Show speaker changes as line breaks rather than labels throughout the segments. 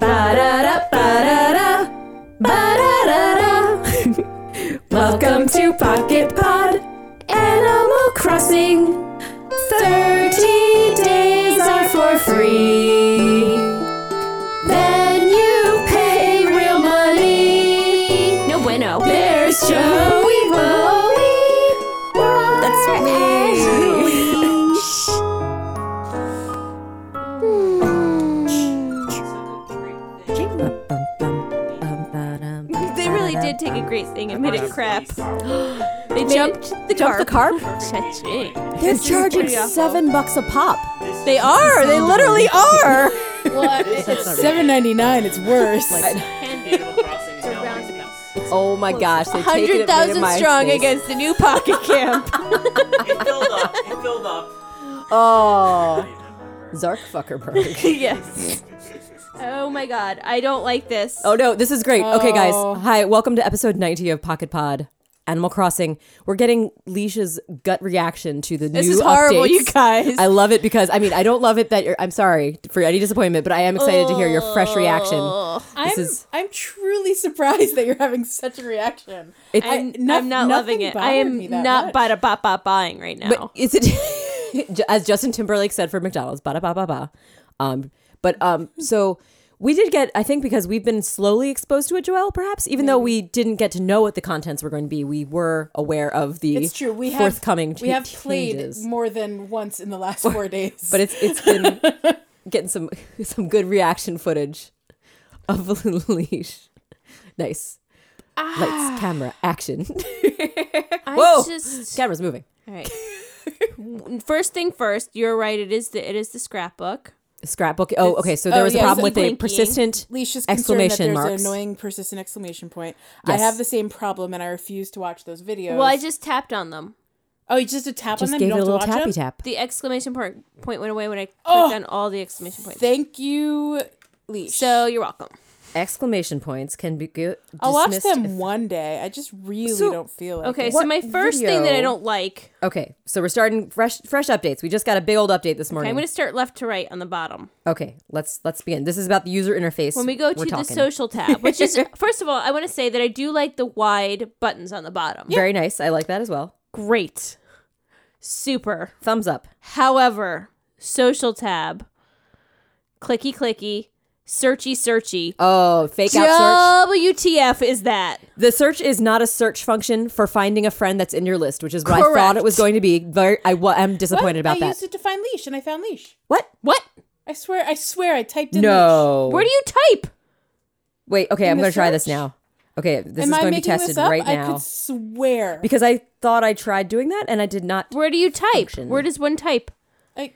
Ba-da-da, ba-da-da, ba-da-da-da. Welcome to Pocket Pod, Animal Crossing. 30 days are for free. Then you pay real money. No bueno. There's Joey Woey. That's right.
They really did take a great thing and made it crap. Uh, They
They
jumped the
jumped the
carp.
carp?
Cha-ching.
They're charging
pretty awful.
seven bucks a pop. Oh.
They are. They literally are.
Seven ninety nine. It's worse. oh my gosh! They take it
Hundred
and made it
thousand
MySpace.
strong against the new pocket camp.
It filled up. It filled up.
Oh, Zark Fuckerberg.
yes. Oh my god, I don't like this.
Oh no, this is great. Okay, guys.
Oh.
Hi, welcome to episode ninety of Pocket Pod. Animal Crossing. We're getting Leisha's gut reaction to the
This
new
is horrible,
updates.
you guys.
I love it because I mean I don't love it that you're. I'm sorry for any disappointment, but I am excited to hear your fresh reaction.
Oh.
I'm,
is-
I'm truly surprised that you're having such a reaction.
It's,
I'm,
no-
I'm not loving
nothing
it. I
bothered
am
me that
not
much.
bada bop bop buying right now.
But is it as Justin Timberlake said for McDonald's? Ba da ba ba ba. Um, but um, so we did get. I think because we've been slowly exposed to it, Joelle. Perhaps even though we didn't get to know what the contents were going to be, we were aware of the.
It's true. We
forthcoming.
have
cha-
we have played
changes.
more than once in the last four days.
but it's it's been getting some some good reaction footage of leash. Nice.
Ah.
Lights, camera, action.
I
Whoa.
just
Camera's moving.
all right. W- first thing first, you're right. It is the it is the scrapbook.
Scrapbook. Oh,
It's-
okay. So
oh,
there was
yeah,
a problem
so
with a
blinking.
persistent.
Leisha's
Exclamation
exclamation that there's
marks.
an annoying persistent exclamation point.
Yes.
I have the same problem, and I refuse to watch those videos.
Well, I just tapped on them.
oh, you just a tap on
Just
them.
gave
You
it a
don't have to
little
watch
tappy
them?
tap.
The exclamation point point went away when I clicked
Oh.
on all the exclamation points.
Thank you, Leash.
so you're welcome.
exclamation points can be good.
I'll watch them one day. I just really
So-
don't feel like
Okay,
it.
so
What
my first thing that I
video-
don't like.
Okay, so we're starting fresh fresh updates. We just got a big old update this
Okay,
morning.
I'm
Okay,
going to start left to right on the bottom.
let's let's begin. This is about the user interface.
When we go
we're
to the
talking.
social tab, which is first of all, I want to say that I do like the wide buttons on the bottom.
very nice. I like that as well.
Great. Super.
Thumbs up.
However, social tab, clicky clicky, searchy searchy.
Oh, fake out search.
WTF is that?
The search is not a search function for finding a friend that's in your list, which is what I thought it was
Correct.
going to be. Very, I wa- am
What?
disappointed about
I
that.
used it to find Leash, and I found Leash.
what?
What?
I swear, I swear, I typed in Leash.
No.
Where do you type?
Wait. Okay, I'm
the
going to try this
search?
now. Okay, this
Am
is
I
going to be
making
tested
this up?
right
I
now
could swear.
because I thought I tried doing that and I did not.
Where do you type?
Function.
Where does one type?
I,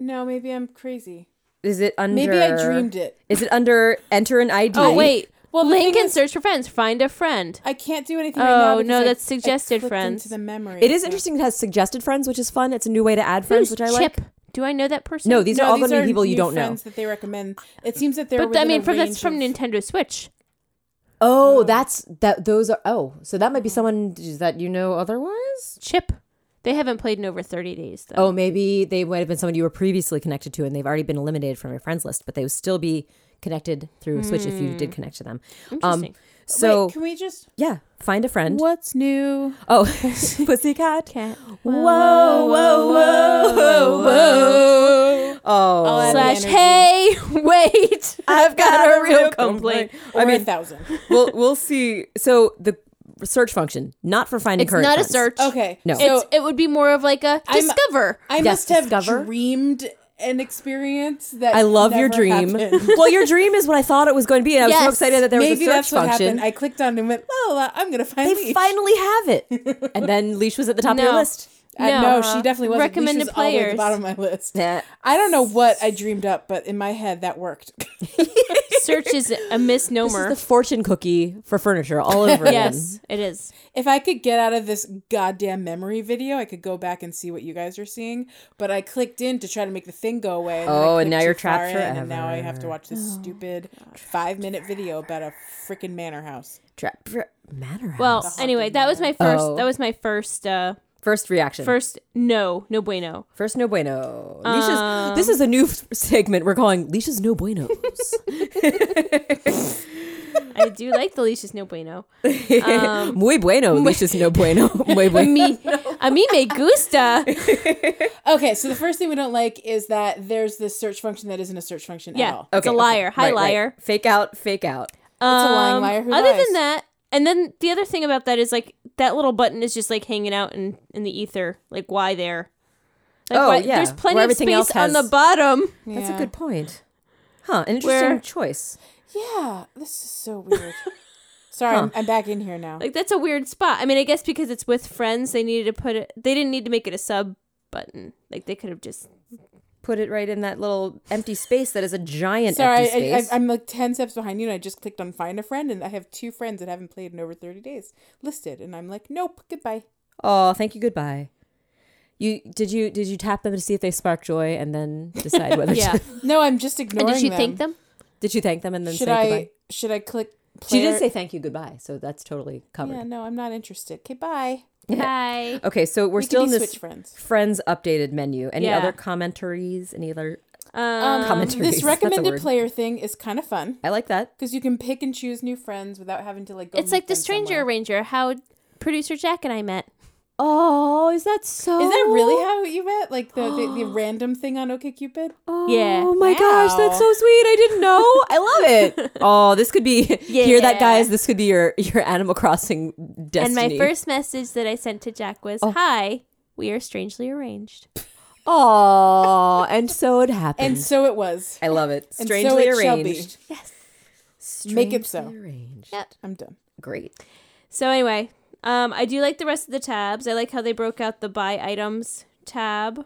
no, maybe I'm crazy.
Is it under?
Maybe I dreamed it.
Is it under enter an ID?
Oh wait.
Well, the
link
thing
and
is-
search for friends. Find a friend.
I can't do anything. right now
Oh,
because
no,
I-
that's
I
suggested
clicked
friends.
Into the memory.
It is
so-
interesting. It has suggested friends, which is fun. It's a new way to add friends,
Who's
which
Chip?
I like.
Do I know that person?
No, these
No,
are all going to
are
be people you
new
don't know.
friends That they recommend. It seems that they're.
But I
within a
mean, from
range
that's from
of-
Nintendo Switch.
Oh, that's that. Those are. Oh, so that might be someone that you know otherwise.
Chip. They haven't played in over 30 days though.
Oh, maybe they might have been someone you were previously connected to, and they've already been eliminated from your friends list, but they would still be connected through Switch if you did connect to them. Um,
Interesting.
so
Wait, can we just?
yeah, find a friend.
What's new?
Oh, pussycat.
Cat.
Whoa, whoa, whoa, whoa, whoa. Oh,
I'll add
Slash,
energy.
hey, wait.
I've got a real
complaint.
Or
I mean,
a thousand.
we'll we'll see. So the search function, not for finding
It's
current
not a
friends.
search.
Okay,
No.
So
It's- it would be more of like a
I'm-
discover.
I
Yes,
must have
discover.
dreamed an experience that
I love your
never
dream.
happened.
well, your dream is what I thought it was going to be, and I was so
Yes.
excited that there was a
Maybe
search
that's what
function.
happened. I clicked on it and went, "La la, la, I'm gonna find."
they
Leash."
finally have it, and then Leash was at the top of your
No.
list.
I-
No.
no,
Uh-huh.
she definitely wasn't. Leash
Recommended
was all the way at
players.
the bottom of my list.
Nah.
I don't know what I dreamed up, but in my head that worked.
Search is a
This is
misnomer.
the fortune cookie for furniture all over
yes, it is.
if I could get out of this goddamn memory video, I could go back and see what you guys are seeing. But I clicked in to try to make the thing go away. And then I
Oh, and
clicked
now
too
you're trapped
far in, And now I have to
forever.
watch this
Oh,
stupid five minute video about a freaking manor house.
again. Tra- tra- matter.
Well,
House.
anyway, that was my first.
Oh.
That was my first uh,
First reaction. First,
First, no, no bueno.
no bueno. Leisha's,
Um,
this is a new f- segment we're calling Leisha's no buenos.
I do like the leash is no bueno.
Muy bueno. Leisha's no bueno. Muy bueno.
Um, Me, a mí me gusta.
Okay, so the first thing we don't like is that there's this search function that isn't a search function at
Yeah,
all.
it's a liar. Hi,
Right, right.
liar.
Fake out, fake out.
It's a lying
Um,
liar who
other
lies.
than that, and then the other thing about that is like that little button is just like hanging out in in the ether. Like why there? Like,
Oh,
why-
yeah,
There's plenty
where
of
everything
space
else
on the
has-
bottom.
That's
Yeah.
a good point. Huh, an interesting
Where-
choice.
Yeah, this is so weird. Sorry, I'm, I'm back in here now.
Like that's a weird spot. I mean, I guess because it's with friends, they needed to put it. They didn't need to make it a sub button. Like they could have just.
Put it right in that little empty space that is a giant
Sorry,
empty
I, I,
space.
I'm like 10 steps behind you, and I just clicked on find a friend, and I have two friends that haven't played in over 30 days listed. And I'm like, nope, goodbye.
oh, thank you. Goodbye. You did you did you tap them to see if they spark joy and then decide whether?
Yeah.
to,
No, I'm just ignoring
and did she
them.
thank them?
did you thank them and then
Should
say
I
goodbye?
should I click?
She did
player-
say thank you goodbye, so that's totally covered.
Yeah, no, I'm not interested. Okay, bye.
Hi.
Okay, so we're
We
still
can
in
be
this
switch friends.
friends updated menu. Any
Yeah.
other commentaries? Any other?
Um,
Um,
Commentaries, that's
this
a
recommended
word.
player thing is kind of fun
I like that.
because you can pick and choose new friends without having to like. Go
it's
meet
like the
them
stranger
somewhere.
arranger. How producer Jack and I met.
Oh, is that so?
Is that really how you met? Like the the, the random thing on OkCupid?
Oh,
Yeah.
my gosh, that's so sweet. I didn't know. I love it. Oh, this could be hear that,
Yeah.
guys. This could be your your Animal Crossing destiny.
E.
And my first message that I sent to Jack was,
Oh.
"Hi, we are strangely arranged."
Oh, and so it happened.
And so it was.
I love it.
And
Strangely
so it shall be.
arranged.
Yes.
Make it so.
Strangely Arranged.
Yep.
I'm done.
Great.
So anyway, um, I do like the rest of the tabs. I like how they broke out the buy items tab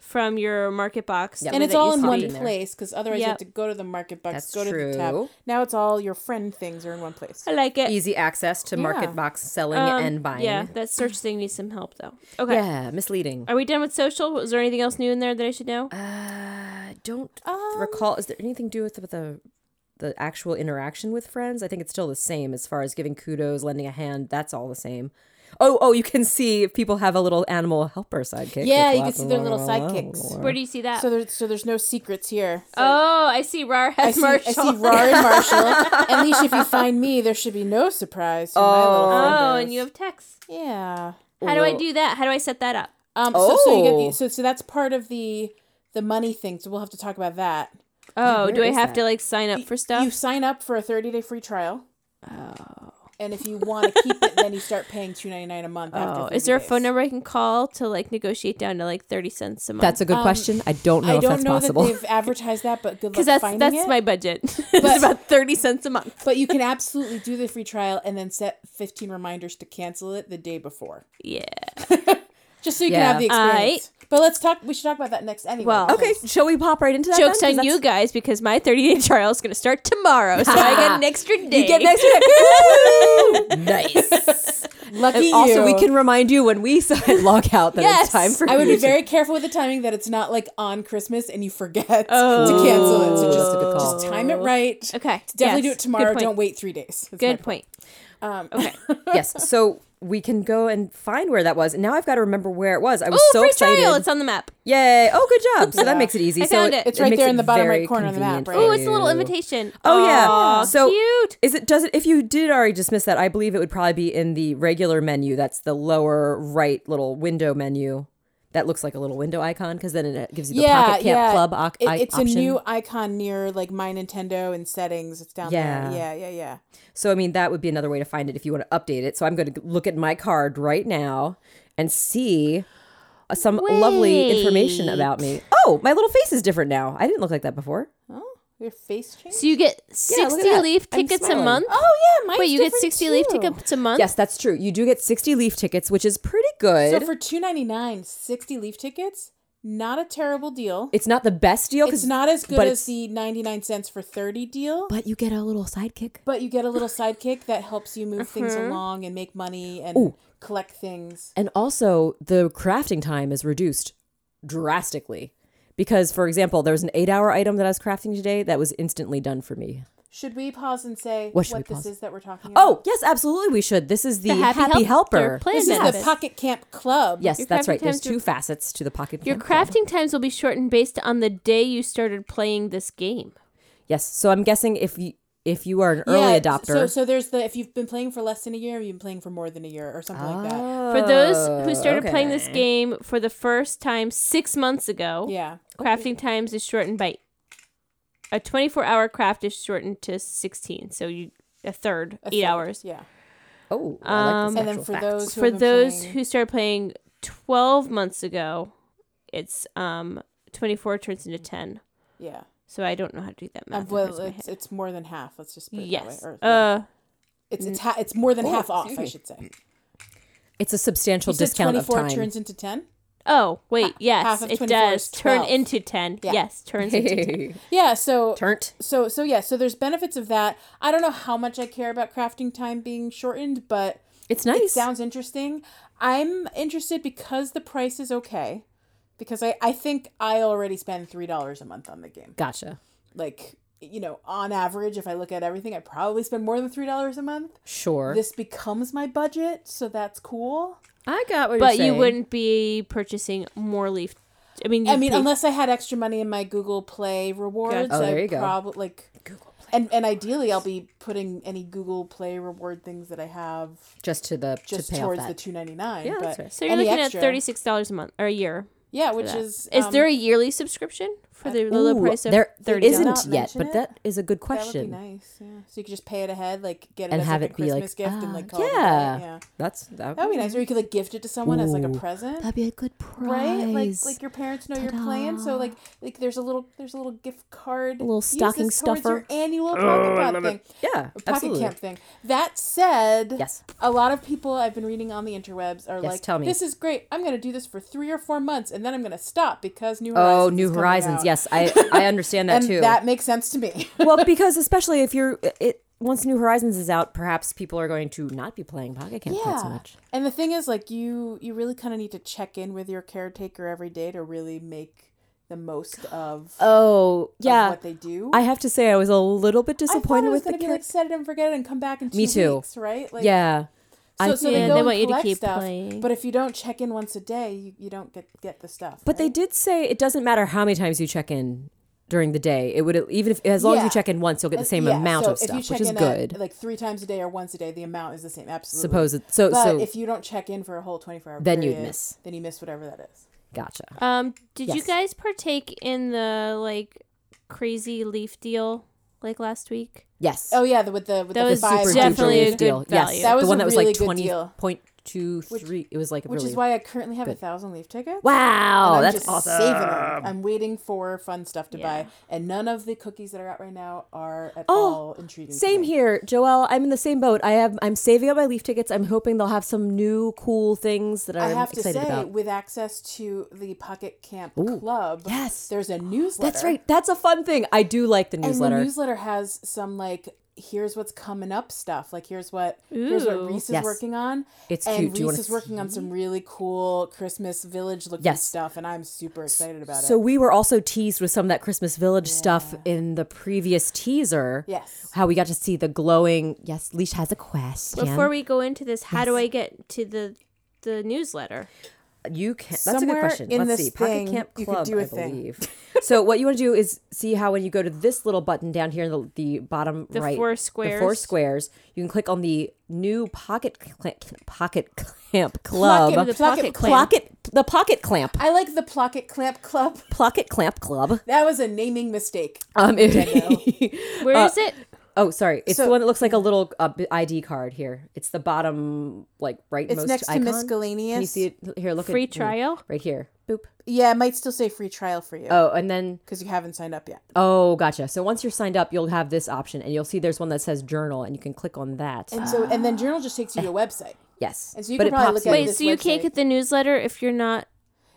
from your market box,
Yep.
Mm-hmm. And
Where
it's
that
all
you
in
pop
one
in there.
place because otherwise you
Yep.
have to go to the market box,
That's
go to the
true.
tab. Now it's all your friend things are in one place.
I like it.
Easy access to
Yeah.
market box selling
Um,
and buying.
Yeah, Uh, that search thing needs some help though. Okay.
Yeah, misleading.
Are we done with social? Was there anything else new in there that I should know?
I Uh, don't
Um,
recall. Is there anything to do with the, with the the actual interaction with friends? I think it's still the same as far as giving kudos, lending a hand. That's all the same. Oh, oh, you can see if people have a little animal helper sidekick.
Yeah,
with
you can
lots
see
of
their little
la- la- la- la-
sidekicks.
la- la-
Where do you see that?
So there's so there's no secrets here.
oh, I see. Rar
I
has
see, I
Marshall.
see Rar and Marshall. At least if you find me, there should be no surprise. who my little friend
oh,
is.
and you have text.
yeah.
How do I do that? How do I set that up?
Um. So, so you
Oh.
get so so that's part of the the money thing. So we'll have to talk about that.
Oh,
where
do I
is
have
that?
to like sign up for stuff?
You sign up for a 30 day free trial. Oh. And if you want to keep it, then you start paying 2.99 a month.
Oh,
after
is there a
30
phone
days.
number I can call to like negotiate down to like thirty cents a month?
That's a good question. I don't know
Um, I
if
don't
that's
know
possible.
that they've advertised that, but good luck
because that's
finding
that's
it.
my budget. it's about thirty cents a month.
But you can absolutely do the free trial and then set 15 reminders to cancel it the day before,
Yeah.
just so you
Yeah.
can have the experience. but let's talk. We should talk about that next anyway.
Well,
because-
okay, shall we pop right into that?
Jokes
then? 'Cause
on you
that's-
guys because my thirty day trial is going to start tomorrow, so I get an extra day.
You get next week. nice.
Lucky you.
Also, we can remind you when we sign log out that
Yes,
it's time for
I would
you
be
to-
very careful with the timing that it's not like on Christmas and you forget to cancel it. So
Just a good call.
just, just time it right.
Oh. Okay.
Definitely do
Yes.
it tomorrow.
Good point.
Don't wait three days. That's my Um,
Good point. okay.
yes. So we can go and find where that was. And now I've got to remember where it was. I was
Oh,
so
free
excited.
trial! It's on the map.
Yay. Oh, good job. So that makes it easy.
I
so
found it.
It's right
makes
there
it
in the bottom
very
right corner of the map,
convenient
right?
for
Oh, it's a little
you.
invitation.
Oh yeah.
Aw,
so
cute.
Is it does it if you did already dismiss that, I believe it would probably be in the regular menu. That's the lower right little window menu. That looks like a little window icon because then it gives you the Pocket Camp Club o-
It-
i-
it's
option.
a new icon near like my Nintendo and settings. It's down
Yeah.
there. Yeah, yeah, yeah.
So I mean, that would be another way to find it if you want to update it. So I'm going to look at my card right now and see uh, some lovely information about me. Oh, my little face is different now. I didn't look like that before.
Oh, your face changed.
So you get
look at
sixty
that.
leaf
I'm
tickets a
smiling.
month.
Oh yeah, mine's
Wait, you get
different,
sixty leaf
too.
tickets a month?
Yes, that's true. You do get 60 leaf tickets, which is pretty good.
So for two ninety nine, sixty leaf tickets, not a terrible deal.
it's not the best deal
It's
because
not as good
but
as
it's-
the ninety nine cents for thirty deal,
but you get a little sidekick.
but you get a little sidekick that helps you move things
Uh-huh.
along and make money and collect things.
And also, the crafting time is reduced drastically because, for example, there was an eight hour item that I was crafting today that was instantly done for me.
Should we pause and say
What
what,
should we
this
pause?
is that we're talking about?
Oh, yes, absolutely we should. This is the, Happy,
Help-
Helper.
their plan
this is the
benefit.
Pocket Camp Club.
Yes,
Your
that's
crafting
right. There's
times
two
are-
facets to the Pocket
Your
Camp Club.
crafting times will be shortened based on the day you started playing this game.
Yes. So I'm guessing if you if you are an
Yeah,
early
So,
adopter,
so there's the if you've been playing for less than a year, you've been playing for more than a year, or something like
Oh.
that.
For those
Oh,
who started
okay.
playing this game for the first time six months ago,
Yeah.
crafting times is shortened by a 24 hour craft is shortened to 16. So you a third,
A
eight
third,
hours.
Yeah.
oh, I like this
Um,
And then
actual
for
fact.
those who
For
have been
those
playing-
who started playing 12 months ago, it's um 24 turns into 10.
yeah,
So I don't know how to do that
Uh,
math. off the top
well,
of my
it's
head.
it's more than half. Let's just put it
yes.
that way. Or,
Uh,
it's it's ha- it's more than
Oh,
half off.
excuse
I
me.
should say.
it's a substantial
You said
discount of
24
time.
turns into 10
oh, wait.
half
Yes,
of
it
24 is
does turn
12.
into 10.
Yeah.
Yes, turns into 10.
yeah so
Turnt.
so so yeah so there's benefits of that i don't know how much i care about crafting time being shortened but
It's
it
nice.
sounds interesting i'm interested because the price is okay because i i think i already spend three dollars a month on the game
gotcha.
like you know on average if i look at everything i probably spend more than three dollars a month
Sure.
this becomes my budget so that's cool
I got what
But you wouldn't be purchasing more leaf. I mean,
I
you'd
mean,
be-
unless I had extra money in my Google Play rewards,
Oh, there
I
you go.
probably like Google Play and and ideally I'll be putting any Google Play reward things that I have
just to the
just
to pay off
towards
that.
the two ninety nine.
Yeah,
but
that's right.
so you're
any
looking
extra-
at thirty six dollars a month or a year.
Yeah, which
for that.
is
is
um,
there a yearly subscription for the low
Ooh,
price of
there there
thirty?
isn't
Not
yet,
mention
but
it?
that is a good
that would be
question.
nice. Yeah, so you could just pay it ahead, like get it
And
as
have
like, a
it be like,
Christmas gift and like
"Ah,
call it a day.
yeah."
yeah.
That's that.
That would be nice, or you could like gift it to someone as like a
Ooh.
present.
That'd be a good price.
Right, like like your parents know you're playing, so like like there's a little there's a little gift card,
A little
Use this
stocking
towards your
stuffer.
annual pocket pod thing.
yeah,
a pocket
absolutely.
camp thing. That said,
Yes.
a lot of people I've been reading on the interwebs are
Yes,
like,
tell me.
"This is great. I'm going to do this for three or four months, and then I'm going to stop because New Horizons."
Oh,
is
New
coming
Horizons.
out."
Yes, I I understand that
and
too.
that makes sense to me.
well, because especially if you're it once New Horizons is out, perhaps people are going to not be playing Pocket Camp quite so
yeah.
much.
And the thing is, like, you you really kind of need to check in with your caretaker every day to really make the most of, of
Oh yeah,
what they do.
I have to say I was a little bit
I thought
disappointed
it
with
was
the
going to be
character.
like set it and forget it and come back in two
Me too.
weeks, right? Like,
yeah,
So,
I-
so
Yeah,
they, go
they
and
want you to
collect
keep
stuff,
playing.
But if you don't check in once a day, you, you don't get get the stuff.
but they
right?
did say it doesn't matter how many times you check in during the day. It would even if as long as
Yeah.
you check in once, you'll get the same
Uh, Yeah,
amount
so
of
if you
stuff,
check
which is
in at,
good.
like three times a day or once a day, the amount is the same. Absolutely.
Suppose it, so
But
so
if you don't check in for a whole twenty four hour,
Then you'd
period,
miss.
Then you miss whatever that is.
gotcha.
Um, did you
Yes.
guys partake in the like crazy leaf deal like last week?
Yes.
Oh yeah, the, with the with
That
the
was
five
super
definitely
duper
a good
hundred,
deal. Yes,
value.
That was
the one
a
that was
really
like
good
twenty
deal.
point two three. It was like
which
really
is why I currently have a
good.
thousand leaf tickets. and
wow.
I'm
That's
just
awesome.
Saving them. I'm waiting for fun stuff to
Yeah.
buy, and none of the cookies that are out right now are at all intriguing. to
Oh, Same
me.
here, Joelle. I'm in the same boat. I have I'm saving up my leaf tickets. I'm hoping they'll have some new cool things that
I
I'm
have to
excited
say,
about.
with access to the Pocket Camp Club,
yes.
there's a newsletter.
That's right. That's a fun thing. I do like the newsletter.
And the newsletter has some like here's what's coming up stuff. Like here's what here's what
Ooh.
Reese is
Yes.
working on.
It's
and
cute. Do you
Reese
wanna
is working on some really cool Christmas village looking
Yes.
stuff, and I'm super excited about
so
it.
we were also teased with some of that Christmas Village stuff in the previous teaser.
Yes.
How we got to see the glowing. Yes, Leash has a question.
Before we go into this, how do I get to the the newsletter?
you can. That's a
Somewhere
good question.
in
Let's
this
see. Pocket
thing,
Camp
you could
Club.
do a
I
thing.
believe. so what you want to do is see how when you go to this little button down here in the, the bottom
The
right,
four
the four
squares.
squares, you can click on the new Pocket Cl- Pocket Clamp Club.
Pocket-
The
Pocket
pocket clamp.
Pocket the Pocket Clamp.
I like the Pocket Clamp Club.
Pocket Clamp Club.
That was a naming mistake.
Um, it- Uh,
Where is it?
oh, sorry. It's
So-
the one that looks like a little uh, b- ID card here. It's the bottom, like right.
It's next to miscellaneous.
Can you see it here? Look
Free
at mm,
trial?
right here. Boop.
Yeah, it might still say free trial for you
Oh, and then
because you haven't signed up yet.
oh, gotcha. So once you're signed up, you'll have this option, and you'll see there's one that says Journal, and you can click on that.
And so and then Journal just takes you to a website.
yes,
and so you
but
can
it
probably
pops
look
in.
at
Wait,
this
so you can't
website.
get the newsletter if you're not.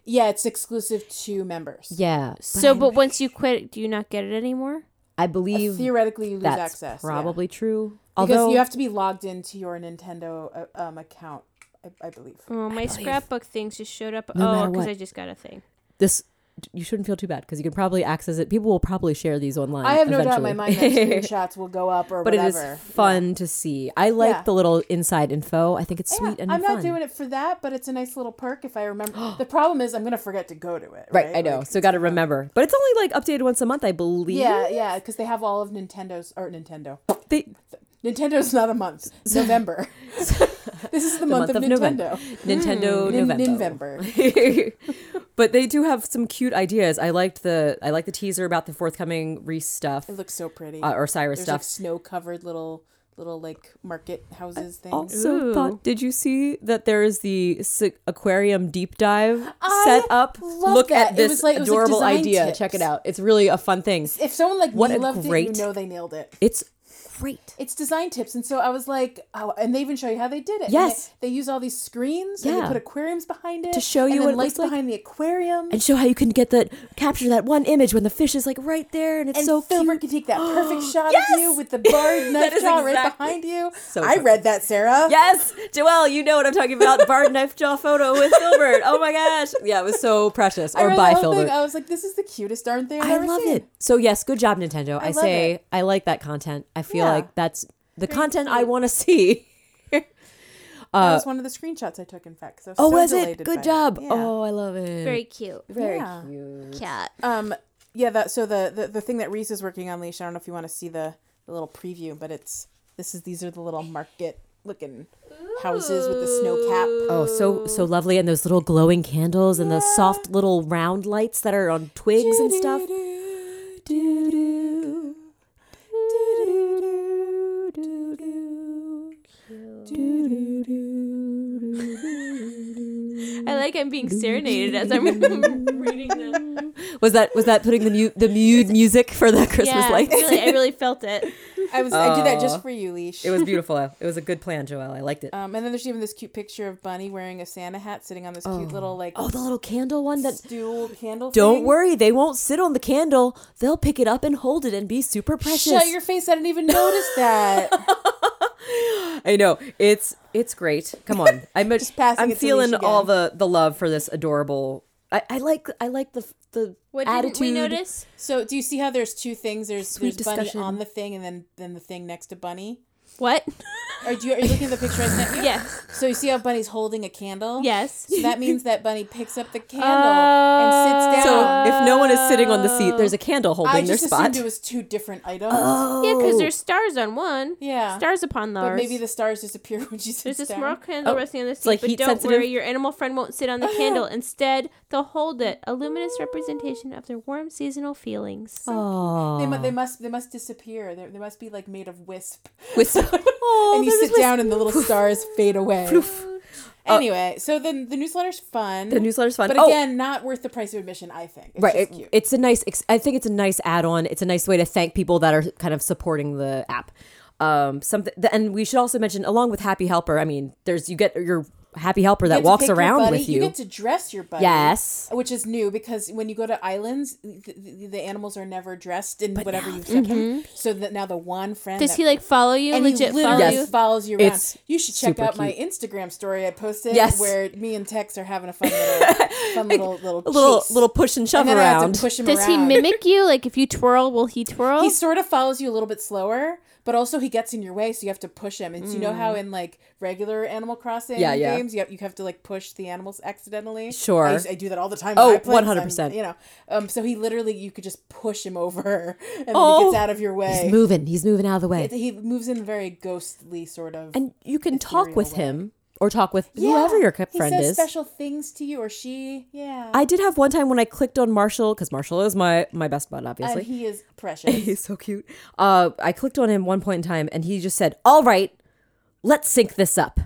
Yeah, it's exclusive to members.
Yeah.
So, but once you quit, do you not get it anymore?
I believe
Theoretically, you lose
that's
access. yeah.
probably true.
Because
Although
you have to be logged into your Nintendo uh, um, account, I, I believe.
Oh, my scrapbook things just showed up.
No
oh,
matter
because
what.
I just got a thing.
this you shouldn't feel too bad because you can probably access it. People will probably share these online.
I have no doubt
eventually.
my mind like, screenshots will go up or
But
whatever.
it is fun to see. I like
Yeah.
the little inside info. I think it's
Yeah,
sweet and
I'm
fun.
not doing it for that, but it's a nice little perk if I remember. the problem is I'm gonna forget to go to it.
Right,
Right,
I know.
Like,
so got to remember. But it's only like updated once a month, I believe.
yeah, yeah, because they have all of Nintendo's or Nintendo.
They,
Nintendo's not a month. November. this is the, month, of, Nintendo.
Nintendo
Hmm. Nin-
November.
November.
but they do have some cute ideas. I liked the I like the teaser about the forthcoming Reese stuff
It looks so pretty.
uh, or Cyrus
There's like
stuff.
snow covered little little like market houses things.
also,
Ooh.
thought did you see that there is the s- aquarium deep dive
I
set up?
love
Look
that.
at
It
this
was like- it was like
adorable
design
idea.
tips.
Check it out. It's really a fun thing.
if someone like
What
me
a
loved
great-
it, you know they nailed it.
It's great.
It's design tips, and so I was like, oh, and they even show you how they did it. And
Yes.
they, they use all these screens. and
Yeah.
they put aquariums behind it
To show
and
you
then
what it
lights
looks like.
behind the aquarium.
And show how you can get that capture that one image when the fish is like right there and it's
and
so cute.
Filmer can take that perfect shot
Yes!
of you with the bird knife
is
jaw right
exactly-
behind you.
So
I
perfect.
read that, Sarah.
Yes, Joelle, you know what I'm talking about. Bard knife jaw photo with Filbert. Oh my gosh. Yeah, it was so precious.
I
Or
read
by
the whole thing.
Filbert.
I was like, this is the cutest darn thing I've
I
ever
love
seen.
it. So yes, good job, Nintendo. I,
love
say
it.
I like that content. I feel
Yeah.
like that's the content I want to see. Uh,
that was one of the screenshots I took, in fact. 'cause I was
Oh,
so
was it?
delighted by
Good job.
Yeah.
Oh, I love it.
Very cute.
Very
Yeah.
cute.
Cat.
Um, yeah. That so the, the the thing that Reese is working on, Leash. I don't know if you want to see the the little preview, but it's this is these are the little market looking houses with the snow cap.
Oh, so so lovely, and those little glowing candles, and the soft little round lights that are on twigs and stuff.
I like I'm being serenaded as I'm reading them.
Was that was that putting the mu- the mute music for the Christmas
yeah,
lights?
really, I really felt it.
I was I did that just for you, Leash.
was beautiful. It was a good plan, Joelle. I liked it.
Um, and then there's even this cute picture of Bunny wearing a Santa hat, sitting on this cute little like
oh, the little candle one that.
stool candle.
Don't
thing.
worry, they won't sit on the candle. They'll pick it up and hold it and be super precious.
Shut your face! I didn't even notice that.
I know it's it's great. Come on, I'm a,
passing
I'm
it to
feeling
Leash
all the
again.
the love for this adorable. I, I like I like the the
What
attitude.
did we notice?
so do you see how there's two things? There's
Sweet
there's Bunny
discussion.
on the thing, and then then the thing next to Bunny.
What?
Or do you, are you looking at the picture I sent you?
yes.
So you see how Bunny's holding a candle?
Yes.
So that means that Bunny picks up the candle
Oh.
and sits
So
down.
if no one is sitting on the seat, there's a candle
I
holding their
just
spot.
assumed it was two different items.
Yeah, because
Oh.
there's stars on one.
Yeah.
Stars upon those.
but maybe the stars disappear when she sits
There's a
down.
small candle
Oh,
resting on the seat,
like
but
heat
don't
sensitive?
worry, your animal friend won't sit on the candle. Instead, they'll hold it, a luminous representation of their warm seasonal feelings.
They, mu-
Aww.
they must. They must disappear. They, they must be like made of wisp.
With- Aw,
Oh,
and you
they're
sit
just like-
down, and the little stars fade away. Anyway, so then the newsletter's fun.
Uh, The newsletter's fun.
but
Oh.
again, not worth the price of admission. I think. It's
Right,
just
it-
cute.
it's a nice. ex- I think it's a nice add-on. It's a nice way to thank people that are kind of supporting the app. Um, something, th- and we should also mention, along with Happy Helper. I mean, there's you get your Happy Helper
You
that
get to
walks
pick your
around
buddy.
with you.
You get to dress your buddy.
Yes.
Which is new because when you go to islands, the, the, the animals are never dressed in whatever you've
mm-hmm.
them. So that now the one friend
Does
that-
he like follow you?
and
legit
he
follow
literally
Yes.
you?
follows you around.
It's
you should check
super
out my Instagram story I posted
Yes.
where me and Tex are having a fun little fun little little
a little
chase.
little push and shove
and then I have
around.
to push him
Does he
around.
mimic you? Like if you twirl, will he twirl?
He
Oh.
sort of follows you a little bit slower, but also he gets in your way, so you have to push him. And so you know how in like regular Animal Crossing
Mm. Yeah, yeah.
games, you have, you have to like push the animals accidentally.
Sure.
I, used- I do that all the time.
Oh,
when I play
100%.
some, You know, um, so he literally you could just push him over, and then he
Oh.
gets out of your way.
He's moving. He's moving out of the way,
He moves in very ghostly, sort of.
and you can talk with
way.
him or talk with
Yeah.
whoever your c-
he
friend
says
is.
special things to you or she. Yeah,
I did have one time when I clicked on Marshall because Marshall is my my best bud, obviously.
and Uh, he is precious.
He's so cute. Uh, I clicked on him one point in time, and he just said, "All right, let's sync this up."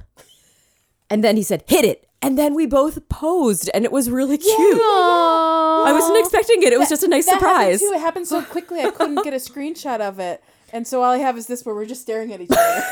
And then he said, "Hit it!" And then we both posed, and it was really cute. I wasn't expecting it. It was just a nice
That happened
surprise.
too. It happened so quickly I couldn't get a screenshot of it. And so all I have is this where we're just staring at each other.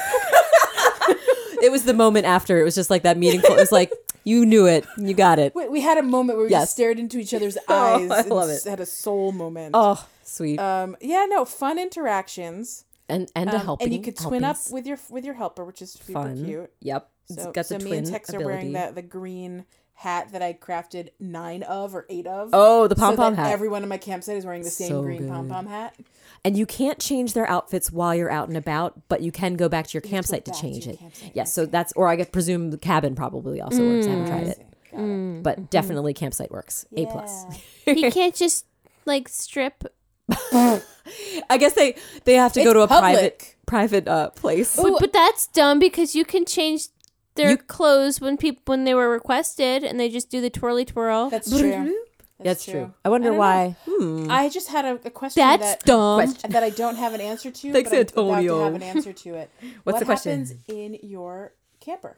It was the moment after. It was just like that meaningful. It was like you knew it. You got it.
We, we had a moment where we
Yes.
just stared into each other's
Oh,
eyes.
I
and
love
s-
it.
Had a soul moment.
Oh, sweet.
Um, yeah, no, fun interactions.
and and a
Um,
helping.
and you could twin
helpings.
up with your with your helper, which is super
fun.
cute.
Yep. It's
So,
got
so
the
me
twin
and Tex
ability.
are wearing that the green hat that I crafted nine of or eight of.
Oh, the
so
pom pom
that
hat.
Everyone in my campsite is wearing the same
So
green
good.
pom pom hat.
and you can't change their outfits while you're out and about, but you can go back to your campsite to
back to
change
your
it.
campsite,
Yes, so that's or I guess presume the cabin probably also works. I haven't
Mm.
tried it,
Got it.
but definitely campsite works. A plus.
he can't just like strip.
I guess they they have to
It's
go to a
public.
private private uh, place.
But, but that's dumb because you can change their
You-
clothes when people when they were requested, and they just do the twirly twirl.
That's
Mm.
true.
That's true. I wonder why. Hmm.
I just had a, a question
That's
that
dumb.
that I don't have an answer to.
Thanks,
but I'm about
Antonio.
to have an answer to it.
What's
what
the question?
happens in your camper?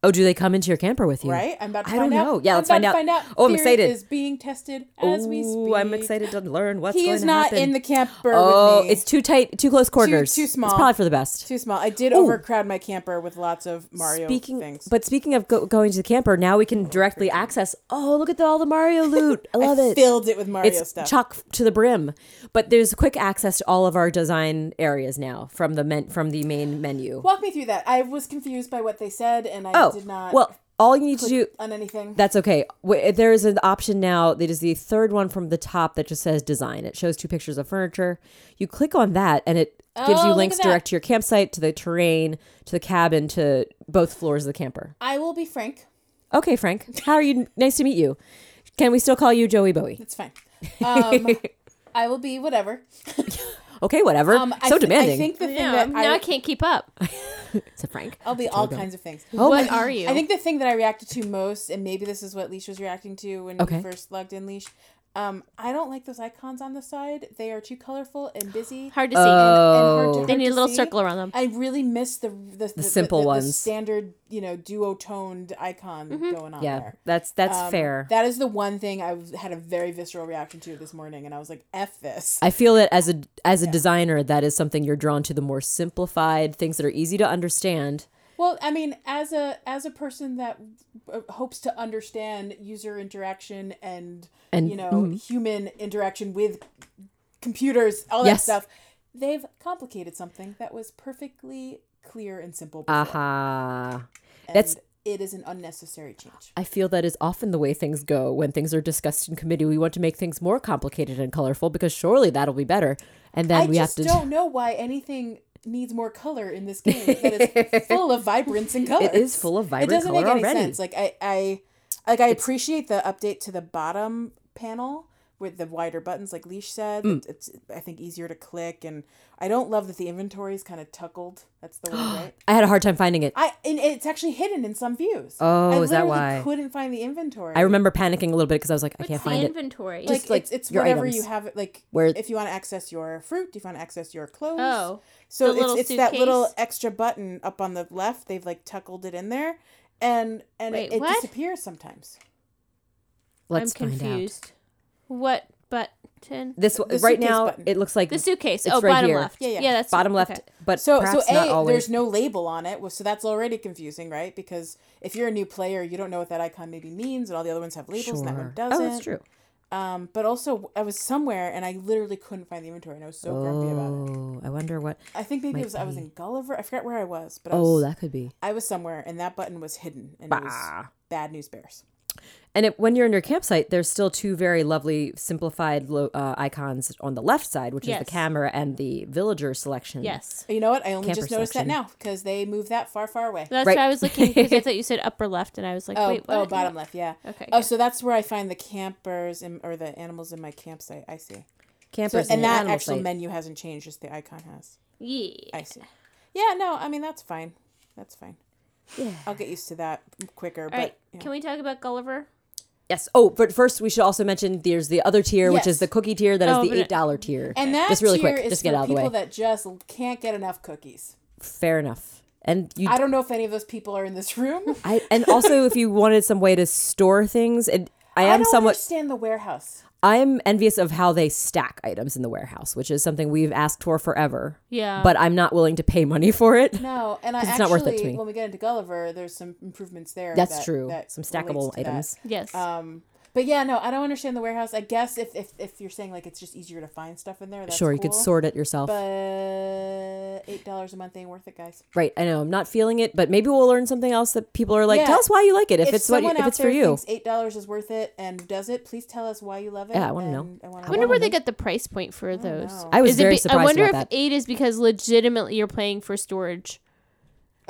Oh, do they come into your camper with you?
Right, I'm about to
I
find
don't know.
out.
Yeah,
I'm
let's
about
find
to
out.
Find out.
Oh, I'm
Theory
excited.
Is being tested as we
Ooh,
speak.
I'm excited to learn what's
He
going
is
to
not
happen.
in the camper.
oh,
with me.
it's too tight, too close quarters.
too small.
It's probably for the best.
too small. I did overcrowd my camper with lots of Mario
speaking,
things.
but speaking of go- going to the camper, now we can directly access. Oh, look at the, all the Mario loot! I love
I
it.
filled it with Mario
it's
stuff.
chock to the brim. But there's quick access to all of our design areas now from the men- from the main menu.
Walk me through that. I was confused by what they said, and I
oh,
did not
well, all you need to
click
do
on anything.
That's okay. Wait, There is an option now that is the third one from the top that just says design. It shows two pictures of furniture. You click on that and it gives
Oh,
you
look
links
at that.
direct to your campsite, to the terrain, to the cabin, to both floors of the camper.
I will be frank.
Okay, Frank. How are you? Nice to meet you. Can we still call you Joey Bowie?
It's fine. Um, I will be whatever.
Okay, whatever.
Um, I
so
th-
demanding.
I think the thing
No,
that
now I,
I,
can't keep up.
so Frank.
I'll be all kinds of things.
Oh
what are you?
I think the thing that I reacted to most, and maybe this is what Leash was reacting to when
Okay.
we first logged in Leash. Um, I don't like those icons on the side. They are too colorful and busy.
hard to see.
hard to-
Oh.
they need a
hard to
little
see.
circle around them.
I really miss the the, the,
simple
the- the
ones.
standard, you know, duotoned icon
Mm-hmm.
going on
Yeah,
there.
that's that's
Um,
fair.
That is the one thing I was- had a very visceral reaction to this morning, and I was like, "F this."
I feel it as a as a designer that is something you're drawn to the more simplified things that are easy to understand.
Well, I mean, as a as a person that uh, hopes to understand user interaction and,
And- mm-hmm.
you know human interaction with computers, all
Yes.
that stuff, they've complicated something that was perfectly clear and simple. Before,
Ah. Aha.
and
that's-
it is an unnecessary change.
I feel that is often the way things go when things are discussed in committee. We want to make things more complicated and colorful because surely that'll be better. And then
I
we have
just
to.
don't know why anything needs more color in this game that is full of vibrance and color.
It is full of vibrant
it doesn't
color
make any
already.
sense. Like I, I, like I appreciate the update to the bottom panel with the wider buttons, like Leash said.
Mm.
It's, it's, I think, easier to click, and I don't love that the inventory is kind of tuckled. That's the word, right?
I had a hard time finding it.
I and it's actually hidden in some views.
Oh,
I
is that
literally
why?
Couldn't find the inventory.
I remember panicking a little bit because I was like, I can't find it.
inventory?
like,
like,
it's, it's
your
whatever
items.
you have. Like
Where-
if you want to access your fruit, if you want to access your clothes.
oh,
So
The little
it's, it's that little
suitcase?
extra button up on the left. They've like tuckled it in there, and and
Wait,
it, it
what?
disappears sometimes.
Let's
I'm
find out.
confused. What button?
This
The
right now,
suitcase button.
it looks like
The suitcase.
It's
oh,
right
bottom
here.
left.
Yeah, yeah.
that's
bottom left,
okay.
but
So so
perhaps
a
not always.
there's no label on it, well, so that's already confusing, right? Because if you're a new player, you don't know what that icon maybe means, and all the other ones have labels, and that one
Sure.
doesn't.
Oh, that's true.
Um, but also, I was somewhere and I literally couldn't find the inventory, and I was so grumpy about it.
Oh, I wonder what.
I think maybe it was I was in Gulliver. I forgot where I was, but I
Oh,
was,
that could be.
I was somewhere, and that button was hidden, and it was bad news bears.
And it, when you're in your campsite, there's still two very lovely simplified lo- uh, icons on the left side, which is
Yes.
the camera and the villager selection.
Yes.
You know what? I only
Camper
just noticed
section.
that now because they moved that far, far away.
That's
Right.
why I was looking because I thought you said upper left, and I was like,
Oh,
wait, what?
oh, bottom left, yeah.
Okay,
Oh,
yeah.
so that's where I find the campers in, or the animals in my campsite. I see. So,
Campers
and that
animal
actual
site.
menu hasn't changed, just the icon has.
Yeah.
I see. Yeah, no, I mean that's fine. That's fine. Yeah. I'll get used to that quicker. but
All right.
yeah.
Can we talk about Gulliver?
Yes. Oh, but first we should also mention there's the other tier, which is
Yes.
the cookie tier. That is
Oh,
the
but it-
eight dollar tier.
and that
just really
tier
quick,
is
just get
for
out of the way.
people that just can't get enough cookies.
Fair enough. And you,
I don't know if any of those people are in this room.
I, and also if you wanted some way to store things, and I
I
am
don't
somewhat,
understand the warehouse.
I am envious of how they stack items in the warehouse, which is something we've asked for forever.
Yeah.
But I'm not willing to pay money for it.
No, and I
It's
actually
not worth it to me.
when we get into Gulliver, there's some improvements there.
That's
that-
true.
that
some
relates
stackable
to that.
items.
Yes.
Um, but yeah, no, I don't understand the warehouse. I guess if if, if you're saying like it's just easier to find stuff in there, that's
Sure, you could
cool.
sort it yourself.
But eight dollars a month ain't worth it, guys.
Right. I know I'm not feeling it, but maybe we'll learn something else that people are like,
Yeah.
tell us why you like it if, it's what you,
someone
if
out
it's for
there
you.
thinks eight dollars is worth it and does it, please tell us why you love it.
Yeah, I wanna know.
and I want
I
to
wonder where they get the price point for those.
know.
I was
it
very
be-
surprised
I wonder
about
if
that.
eight is because legitimately you're playing for storage,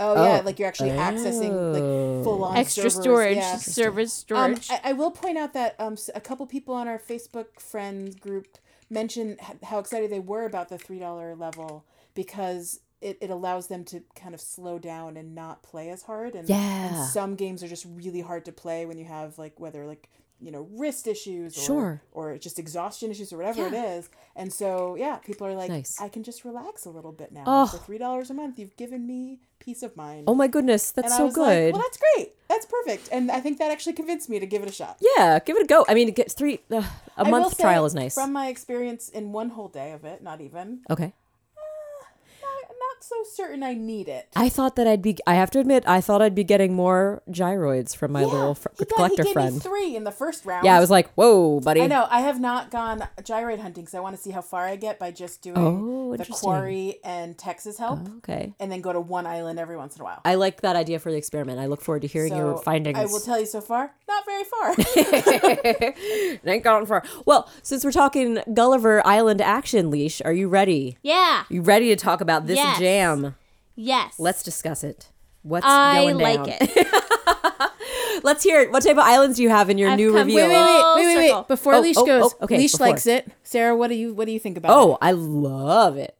Oh, yeah,
Oh.
like you're actually accessing
Oh.
like full on
extra storage, server storage.
Um, I, I will point out that um, s- a couple people on our Facebook friends group mentioned h- how excited they were about the three dollar level because it, it allows them to kind of slow down and not play as hard. And, and
Yeah.
some games are just really hard to play when you have like whether like you know wrist issues or,
Sure.
or just exhaustion issues or whatever it is. And so yeah, people are like,
Nice.
I can just relax a little bit now
Oh.
for three dollars a month. You've given me peace of mind.
Oh my goodness, that's
And I
so
was like,
good.
well, that's great. That's perfect. And I think that actually convinced me to give it a shot.
yeah, give it a go. I mean, it gets three uh, a
I will
month
say,
trial is nice.
From my experience in one whole day of it, not even.
okay.
Not, not so certain I need it.
I thought that I'd be. I have to admit, I thought I'd be getting more gyroids from my little fr-
he got-
collector
he gave
friend.
Me three in the first round.
yeah, I was like, whoa, buddy.
I know. I have not gone gyrate hunting because I want to see how far I get by just doing
Oh,
the
interesting. Oh,
quarry and Texas help,
Okay.
and then go to one island every once in a while.
I like that idea for the experiment. I look forward to hearing your
So,
findings.
I will tell you so far, not very far.
It ain't gone far. Well, since we're talking Gulliver Island action leash, are you ready?
yeah.
You ready to talk about this
Yes.
jam?
Yes.
Let's discuss it. What's
I
going
like
down?
it.
Let's hear it. What type of islands do you have in your
I've
new
come-
review?
wait, wait, wait. Full circle.
Before
Oh,
Leash
oh,
goes,
oh, okay,
Leash
before.
likes it. Sarah, what do you what do you think about it?
Oh, I love it.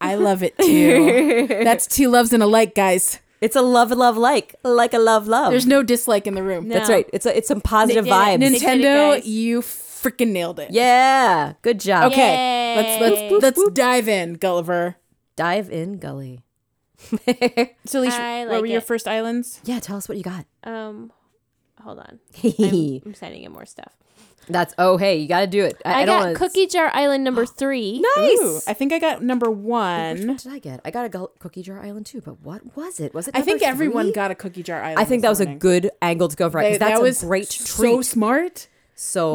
I love it too. That's two loves and a like, guys.
It's a love, love, like, like a love, love.
There's no dislike in the room.
That's
No.
right. It's a, it's some positive
They did it.
vibes.
They did it,
Nintendo,
guys.
you freaking nailed it.
yeah, good job.
Okay.
Yay.
Let's let's let's dive in, Gulliver.
Dive in, Gully.
So, Leash,
I
what
like
were your
it.
first islands?
Yeah, tell us what you got.
um, hold on. I'm signing in more stuff.
That's oh hey, you got to do it. I,
I,
I don't
got
wanna-
Cookie Jar Island number three.
Nice.
Ooh, I think I got number
Which
one.
one did I get? I got a gull- cookie jar island too, but what was it? Was it?
I think
number
everyone
three?
got a cookie jar island.
I think that was a good angle to go for because
that,
that's
was
a great
So
treat. Oh. So,
smart.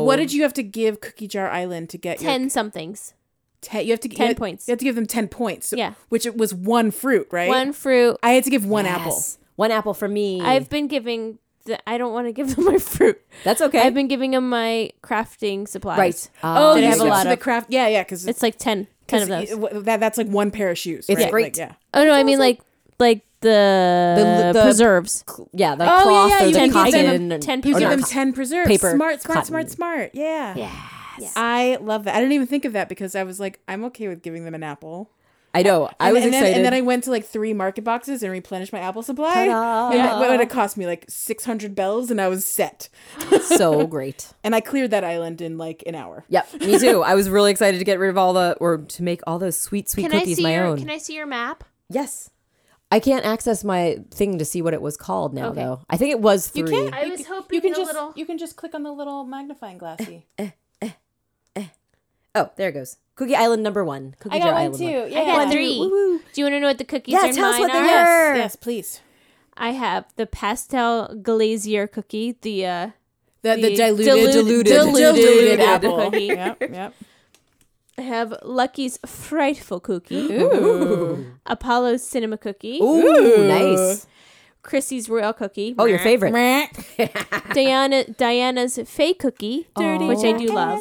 What did you have to give Cookie Jar Island to get your
Ten somethings.
ten? You have to
10
you have-
points.
You have to give them ten points. so-
Yeah.
which it was one fruit, right?
One fruit.
I had to give one
Yes.
apple.
One apple for me.
I've been giving. The, I don't want to give them my fruit.
that's okay.
I've been giving them my crafting supplies.
right.
Oh,
Um,
Did I
you
have a
switched
lot
to the
of-
craft. Yeah, yeah, because
It's like 10, 10 of those.
that, that's like one pair of shoes.
It's
right?
great.
Like, yeah.
oh no, I mean like like the,
The- the-
preserves.
yeah, the
Oh, yeah,
cloth
yeah,
or
you
the
can give them-
cotton. and-
10
or
You
pieces.
give
not
them
cotton.
ten preserves.
paper,
smart, smart,
cotton.
smart, smart. Yeah.
Yes.
I love that. I didn't even think of that because I was like, I'm okay with giving them an apple.
I know. I
And-
was
and
excited.
Then, and then I went to like three market boxes and replenished my apple supply.
Ta-da.
And that, what would it cost me? Like 600 bells, and I was set.
so great.
And I cleared that island in like an hour.
Yep, me too. I was really excited to get rid of all the or to make all those sweet, sweet
Can I
cookies
see
my
your
own.
Can I see your map?
yes. I can't access my thing to see what it was called now
Okay.
though. I think it was three.
You can't.
I
you
was
can-
hoping
you can
the
just
little-
you can just click on the little magnifying glassy.
Oh, there it goes. Cookie Island number one. Cookie
I
Jar
got one
Island
too.
one.
Yeah.
I got three.
Woo-hoo.
Do you want to know what the cookies
Yeah,
are?
tell us what
Mine
they
are?
Yes, yes, please.
I have the pastel glazier cookie, the uh,
The, the
The
diluted,
dilu-
diluted,
diluted
diluted,
apple.
apple.
Cookie.
yep, yep.
I have Lucky's frightful cookie, Apollo's cinema cookie,
Ooh, nice.
Chrissy's royal cookie.
Oh, your favorite.
Diana Diana's Faye cookie, which I do love,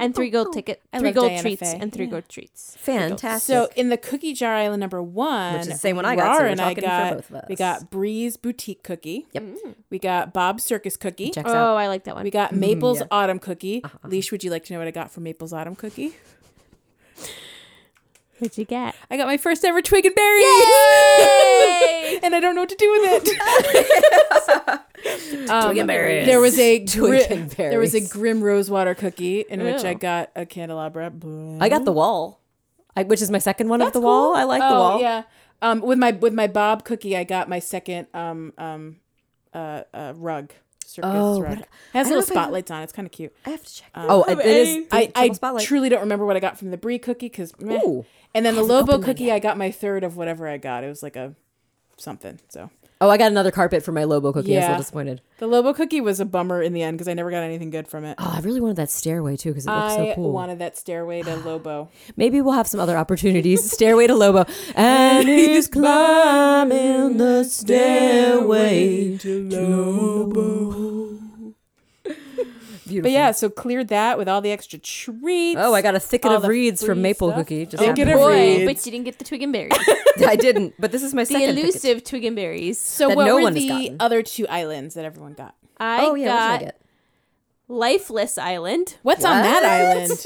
and three gold ticket, three
love
gold
Diana
treats,
Faye.
and three gold treats.
Fantastic.
So in the Cookie Jar Island number one,
Which is the same one I got, so
Rar
we're
and I
talking for
got
both of
we
us.
got Breeze Boutique Cookie.
Yep.
We got Bob's Circus Cookie.
checks out.
Oh, I like that one.
We got
Mm,
Maple's Autumn Cookie.
Uh-huh.
Leash, would you like to know what I got for Maple's Autumn Cookie?
What'd you get?
I got my first ever twig and berries. and I don't know what to do with it. Um,
berries.
There was a
Twig
gri-
and
there was a
berries.
grim rosewater cookie in which I
Ew.
got a candelabra.
I got the wall. I, which is my second one of the wall. I like
oh,
the wall.
Yeah. Um, with my with my Bob cookie, I got my second um um uh, uh rug circus
Oh,
rug.
what-
It has
I don't
little
know if I-
spotlights on. it. It's kind of cute.
I have to check. oh, it, it is.
I, I
Triple Spotlight.
truly don't remember what I got from the brie cookie because
Ooh.
and then the Lobo cookie I got my third of whatever I got it was like a something so
Oh, I got another carpet for my Lobo cookie. I was a
Yeah.
little disappointed.
The Lobo cookie was a bummer in the end because I never got anything good from it.
Oh, I really wanted that stairway too because it looks
I
so cool.
wanted that stairway to Lobo.
Maybe we'll have some other opportunities. stairway to Lobo. And he's climbing the stairway to Lobo. Beautiful.
But yeah, so cleared that with all the extra treats.
Oh, I got a thicket
all
of
the
reeds from
free
Maple
stuff.
Cookie. Just
Don't get
happened.
it
Boy,
reads.
but you didn't get the twig and berries.
I didn't, but this is my
the
second. thicket.
elusive twig and berries.
So
that
what
no
were
one has
the
gotten.
other two islands that everyone got?
I
Oh yeah, what
got
did I get?
Lifeless Island.
What's on that
What?
island?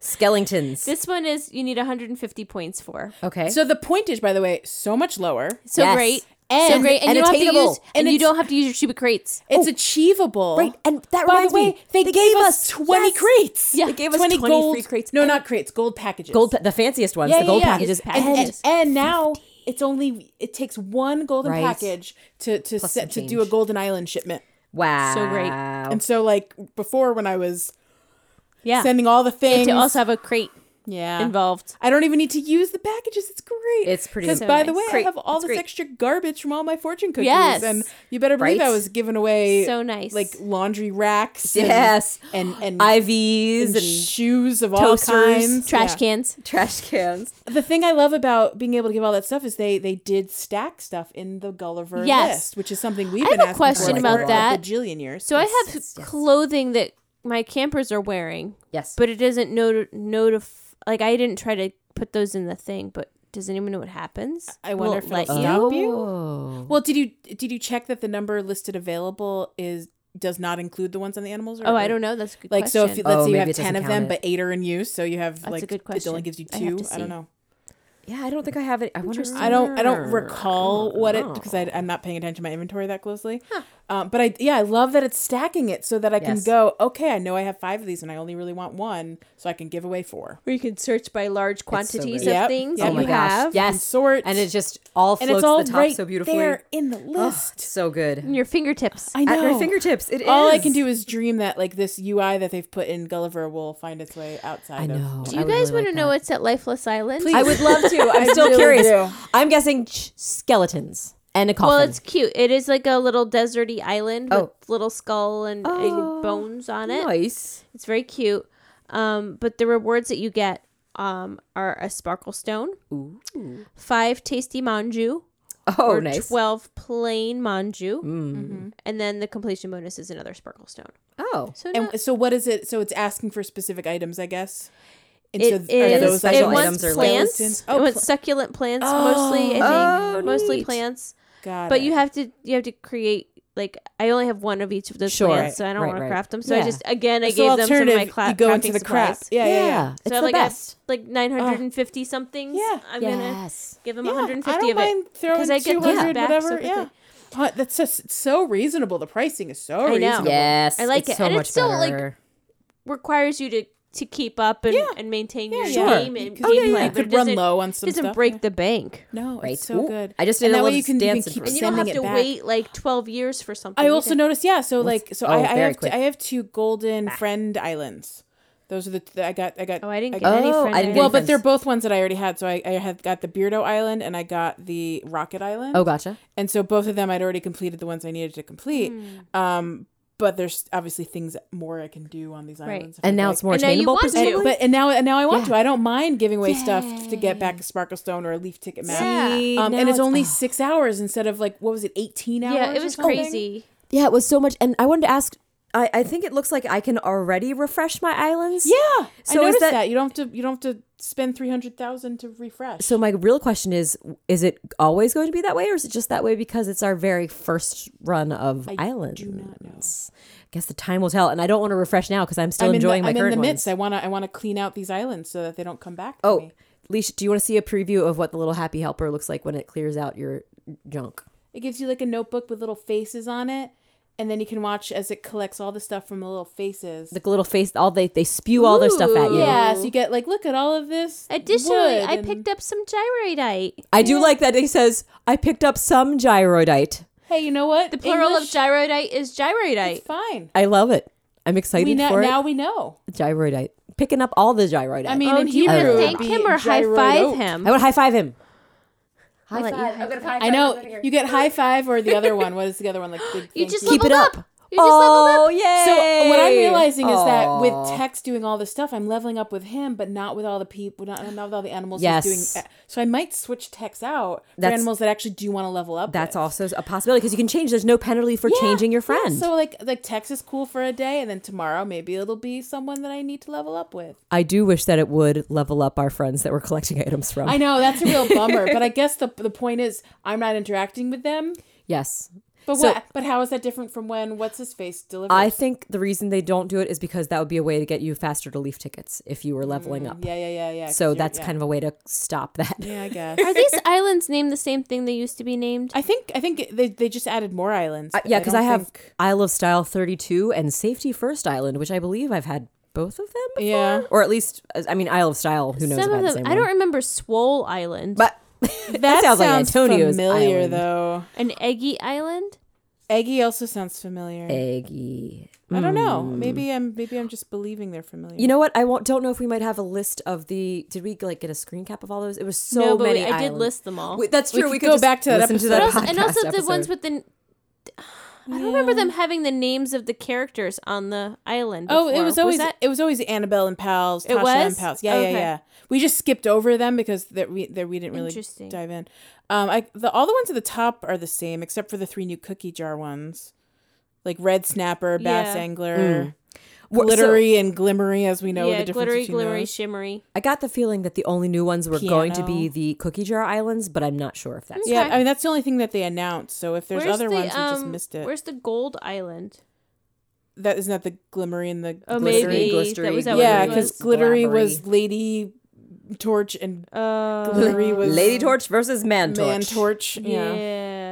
Skellingtons.
This one is you need 150 points for.
Okay.
so the pointage, by the way, so much lower.
So
Yes.
great.
And-
so great. And,
and
you don't have to
attainable.
use and,
And
you
it's-
don't have to use your Chiba crates.
It's achievable.
Right, and that
By
reminds
the way,
me,
they, gave, us 20
yes.
crates.
Yeah. They gave us
20,
20 free
gold,
crates.
No, not crates, gold packages.
gold, pa- the fanciest ones,
yeah,
the gold
yeah, yeah.
packages.
And, and-
packages.
and now it's only it takes one golden
Right.
package to to
some
set, to do a
change.
golden island shipment.
Wow.
So great.
And so like before when I was
Yeah.
sending all the things
to also have a crate
yeah.
involved.
I don't even need to use the packages. It's great.
It's pretty
Because
So
by the
nice.
way,
Great.
I have all
It's
this
great.
extra garbage from all my fortune cookies,
Yes.
and you better believe
Right?
I was giving away
So nice.
like laundry racks. and-
Yes.
and and,
IVs
and
and
shoes of all
toasters,
kinds,
Trash
Yeah.
cans.
trash cans.
The thing I love about being able to give all that stuff is they they did stack stuff in the Gulliver
Yes.
list, which is something we've
I have
been
a
asking
question
for
about
for
that.
a bajillion years.
So I have clothing that my campers are wearing,
Yes.
but it doesn't not- notif- like I didn't try to put those in the thing, but does anyone know what happens?
I
Will it
wonder if it'll
let you.
stop. help you?
Oh.
well, did you did you check that the number listed available is does not include the ones on the animals? Or,
Oh, I don't know. That's a good
Like so, if you-
question.
let's
Oh,
say you
maybe
have
it doesn't
ten of
count
them,
it.
but eight are in use, so you have
That's
like
a good
it only
question.
gives you
I have
two.
to
I, don't
see.
know.
Yeah, I don't think I have it. I wonder.
I don't. I don't recall what it because
Oh.
I'm not paying attention to my inventory that closely. Um, but I yeah, I love that it's stacking it so that I can
Yes.
go. Okay, I know I have five of these, and I only really want one, so I can give away four.
where you can search by large
quantities
quantities of
good. of Yep.
things
things
Oh
that
that
my
you
gosh!
have.
Yes,
and sorts.
and it just all
and
floats
it's
to
all
the
right
top so beautifully.
there in the
Oh, it's
list.
so good.
In your fingertips.
I
At
know.
my fingertips, it is.
All I can do is dream that like this UI that they've put in Gulliver will find its way outside.
I know.
Do you guys want to know what's at Lifeless Island?
I would love to. I'm still
really
curious.
do.
I'm guessing ch- skeletons and a coffin.
Well, it's cute. It is like a little deserty island
Oh.
with little skull and,
Oh,
and bones on it.
nice.
It's very cute. Um, but the rewards that you get um, are a sparkle stone, five tasty manju,
Oh,
or
nice. Mm.
twelve plain manju, and then the completion bonus is another sparkle stone.
oh,
So
And
not-
so what is it? So it's asking for specific items, I guess. And
It
so
is.
th- are
the
those
it
special
items
wants
items are like-
plants.
Oh,
it wants
pla-
succulent plants mostly. I think
Oh,
mostly
neat.
plants.
Got
But
it.
you have to you have to create like I only have one of each of those
Sure.
plants, so I don't
Right,
want
right.
to craft them. So I
Yeah.
just again I
So
gave them some of my
alternative,
cla-
you go into
crafting
the crap.
supplies.
Yeah,
yeah,
yeah, yeah.
it's
so
the
like I have,
best.
like 950 something.
Yeah.
I'm gonna
yes.
give them
Yeah,
150
I don't
of it.
mind throwing
Because I get
two
these
hundred
back so
whatever.
quickly.
yeah, Huh, that's just so reasonable. The pricing is so
I know.
reasonable.
Yes,
Oh. I like
it's
it.
so
And
much
it's still, like,
better.
Requires you to to keep up and,
Yeah.
and maintain
Yeah,
your
yeah.
game and
Oh, yeah,
gameplay,
yeah. You
but
could
it
run
doesn't-
low on some
doesn't
stuff.
break the bank.
No,
Right.
it's so
Ooh,
good.
I just did
and
a
that way
little
you can, you can
dance
keep
and-
And you don't
sending
have to
it back.
wait like 12 years for something.
I
You
also
can-
noticed, yeah. So like, so I,
oh,
I
very
have
quick.
two, I have two golden friend islands. Those are the I got. I got.
Oh, I didn't get
got-
any
Oh,
friend
I didn't get
items.
well, but
friends.
they're both ones that I already had. So I, I had got the Beardo Island and I got the Rocket Island.
Oh, gotcha.
And so both of them I'd already completed the ones I needed to complete.
Hmm.
Um, but there's obviously things more I can do on these
Right.
islands. if
And
I'd
now
like.
it's more
And now you
attainable.
want to.
presumably?
But and now and now I want
Yeah.
to. I don't mind giving away stuff to get back a sparkle stone or a leaf ticket map.
See,
Um,
now
and it's only
oh.
six hours instead of like what was it, eighteen hours?
yeah, it
or
was
something?
crazy.
Yeah, it was so much. And I wanted to ask. I, I think it looks like I can already refresh my islands.
Yeah,
So
so
is
I noticed
that-
that, you don't have to you don't have to spend three hundred thousand to refresh.
So my real question is: Is it always going to be that way, or is it just that way because it's our very first run of islands?
do not know.
I guess the time will tell. And I don't want to refresh now because I'm still
I'm in the,
enjoying my
I'm in
current
the midst.
ones.
I wanna I wanna clean out these islands so that they don't come back. To
Oh,
me.
Leash, do you want to see a preview of what the little happy helper looks like when it clears out your junk?
it gives you like a notebook with little faces on it, and then you can watch as it collects all the stuff from the little faces.
The little face, all they they spew all their stuff at you.
yeah, so you get like look at all of this.
Additionally, I
picked.
picked up some gyroidite.
I do like that he says, "I picked up some gyroidite."
Hey, you know what?
The plural
English,
of gyroidite is gyroidite.
It's fine.
I love it. I'm excited
We know,
for it.
now we know.
gyroidite, picking up all the gyroidite.
I mean,
Oh,
in
do you
Hebrew,
want
it
to
would
thank
be
him or high
gyroid
five
oak.
him?
I would high five him. High
let you
five.
high
I'm gonna
five.
I know you get high five or the other one. What is the other one? Like big
You
thank
just
you.
Keep it
Leveled
up.
up. You just leveled
oh
up.
yeah.
So what I'm realizing is that with Tex doing all this stuff, I'm leveling up with him, but not with all the people, not, not with all the animals. he's
Yes.
doing. Uh, So I might switch Tex out for
That's-
animals that actually do want to level up.
that's
with.
also a possibility because you can change. There's no penalty for
Yeah,
changing your
yeah.
friend.
So like like Tex is cool for a day, and then tomorrow maybe it'll be someone that I need to level up with.
I do wish that it would level up our friends that we're collecting items from.
I know that's a real bummer, but I guess the the point is I'm not interacting with them.
Yes.
But
So-
what? But how is that different from when what's his face delivers?
I think the reason they don't do it is because that would be a way to get you faster to leaf tickets if you were leveling up.
Mm, yeah, yeah, yeah, yeah. 'cause
So
you're-
that's
yeah.
kind of a way to stop that.
yeah, I guess.
Are these islands named the same thing they used to be named?
I think I think they they just added more islands.
Uh, yeah, because I,
don't
have
think-
Isle of Style 32 and Safety First Island, which I believe I've had both of them before.
Yeah.
Or at least, uh, I mean, Isle of Style, who knows
Some
about
of
the
them.
same
I don't
one.
remember Swole Island,
But that, sounds, like Antonio's
familiar
island.
though.
an Eggy Island.
Eggy also sounds familiar.
Eh, Eggy.
I don't know. Maybe I'm maybe I'm just believing they're familiar.
hmm. You know what? I won't, don't know if we might have a list of the. Did we like get a screen cap of all those? It was so
no, but
many.
we, I did
islands.
list them all.
We- that's
We
true. We, could
could go
just
back to that
listen
episode.
that
But also- and
podcast
also the ones
episode.
with the. n- I don't remember them having the names of the characters on the island.
Oh, it
before.
was always
that-
it was always Annabelle and pals, Tasha and
was?
pals. Yeah,
Okay.
yeah, yeah. We just skipped over them because that we that we didn't really
Interesting.
dive in. Um, I the all the ones at the top are the same except for the three new cookie jar ones, like red snapper, bass
Yeah.
angler,
Mm. Wha- so-
glittery and glimmery, as we know
yeah,
the difference
glittery,
between
glittery,
those.
shimmery.
I got the feeling that the only new ones were going to be
Piano.
the Cookie Jar Islands, but I'm not sure if that's
Yeah,
Okay.
I mean that's the only thing that they announced. So if there's other ones, we just
um,
missed it.
Where's the gold island?
That isn't that the glimmery and the
Oh,
glittery?
maybe
glistery,
that was that
glittery.
yeah,
yeah,
because
because
glittery was
Glabbery.
Lady Torch and
uh,
glittery was
Lady Torch versus Man Torch.
Man Torch.
yeah.
Yeah.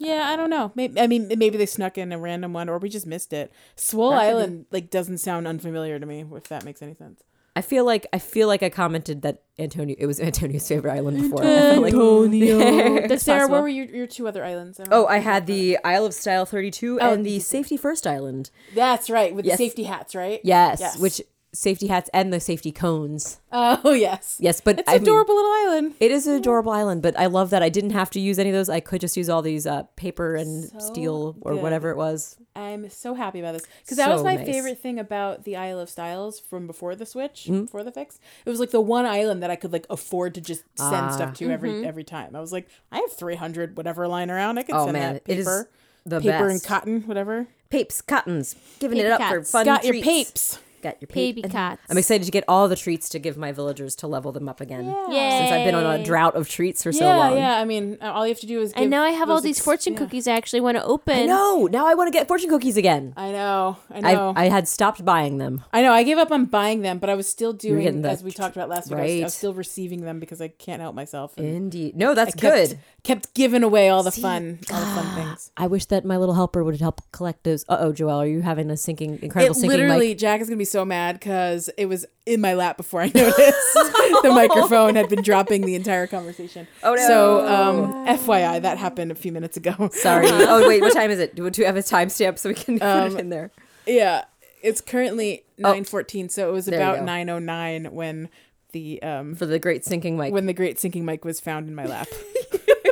Yeah, I don't know. Maybe I mean maybe they snuck in a random one or we just missed it. Swole
That could be.
Island like doesn't sound unfamiliar to me if that makes any sense.
I feel like I feel like I commented that Antonio it was Antonio's favorite island before. I feel like- It's
Sarah,
possible.
where were your, your two other islands? don't
Oh,
know.
I had the Isle of Style 32
Oh,
and the
you
Safety First Island.
That's right, with
Yes.
the safety hats, right?
Yes, which safety hats and the safety cones.
Oh, yes.
Yes, but
It's
I mean-
adorable little island.
it is an adorable island, but I love that I didn't have to use any of those. I could just use all these uh, paper and
So
steel or
good.
whatever it was.
I'm so happy about this because that was
So
my
nice.
favorite thing about the Isle of Styles from before the Switch,
Mm-hmm.
before the fix. It was like the one island that I could like afford to just send
Ah.
stuff to
Mm-hmm.
every every time. I was like, I have 300 whatever lying around. I could
Oh
send
man,
that
it is
paper,
the
paper
best.
and cotton, whatever.
Papes, cottons, giving
Paper
it up
cats.
for fun.
Got your
treats.
papes.
Got your pape-
Baby cats.
I'm excited to get all the treats to give my villagers to level them up again.
Yay.
Since I've been on a drought of treats for so
yeah,
long.
yeah. I mean, uh, all you have to do is.
And
give
now I have all
those
these
ex-
fortune
yeah.
cookies I actually want to open.
No, now I want to get fortune cookies again.
I know, I know,
I,
I,
I had stopped buying them.
know. I gave up on buying them, but I was still
getting
doing
the
as we
tr-
talked about last week. I was, I
right.
was still receiving them because I can't help myself. And
Indeed. No, that's
I kept,
good. Ah.
Kept giving away all the fun, all the fun things.
I wish that my little helper would help collect those. Uh oh, Joelle, are you having a sinking, incredible
it
sinking
literally
mic?
jack is gonna be so mad because it was in my lap before i noticed the microphone had been dropping the entire conversation oh no so um fyi that happened a few minutes ago
Sorry. oh, wait, what time is it? Do, do we have a timestamp so we can put it in there?
yeah it's currently 914 so it was
Oh. you
about
go.
909 when the um
For the great sinking mic.
when the great sinking mic was found in my lap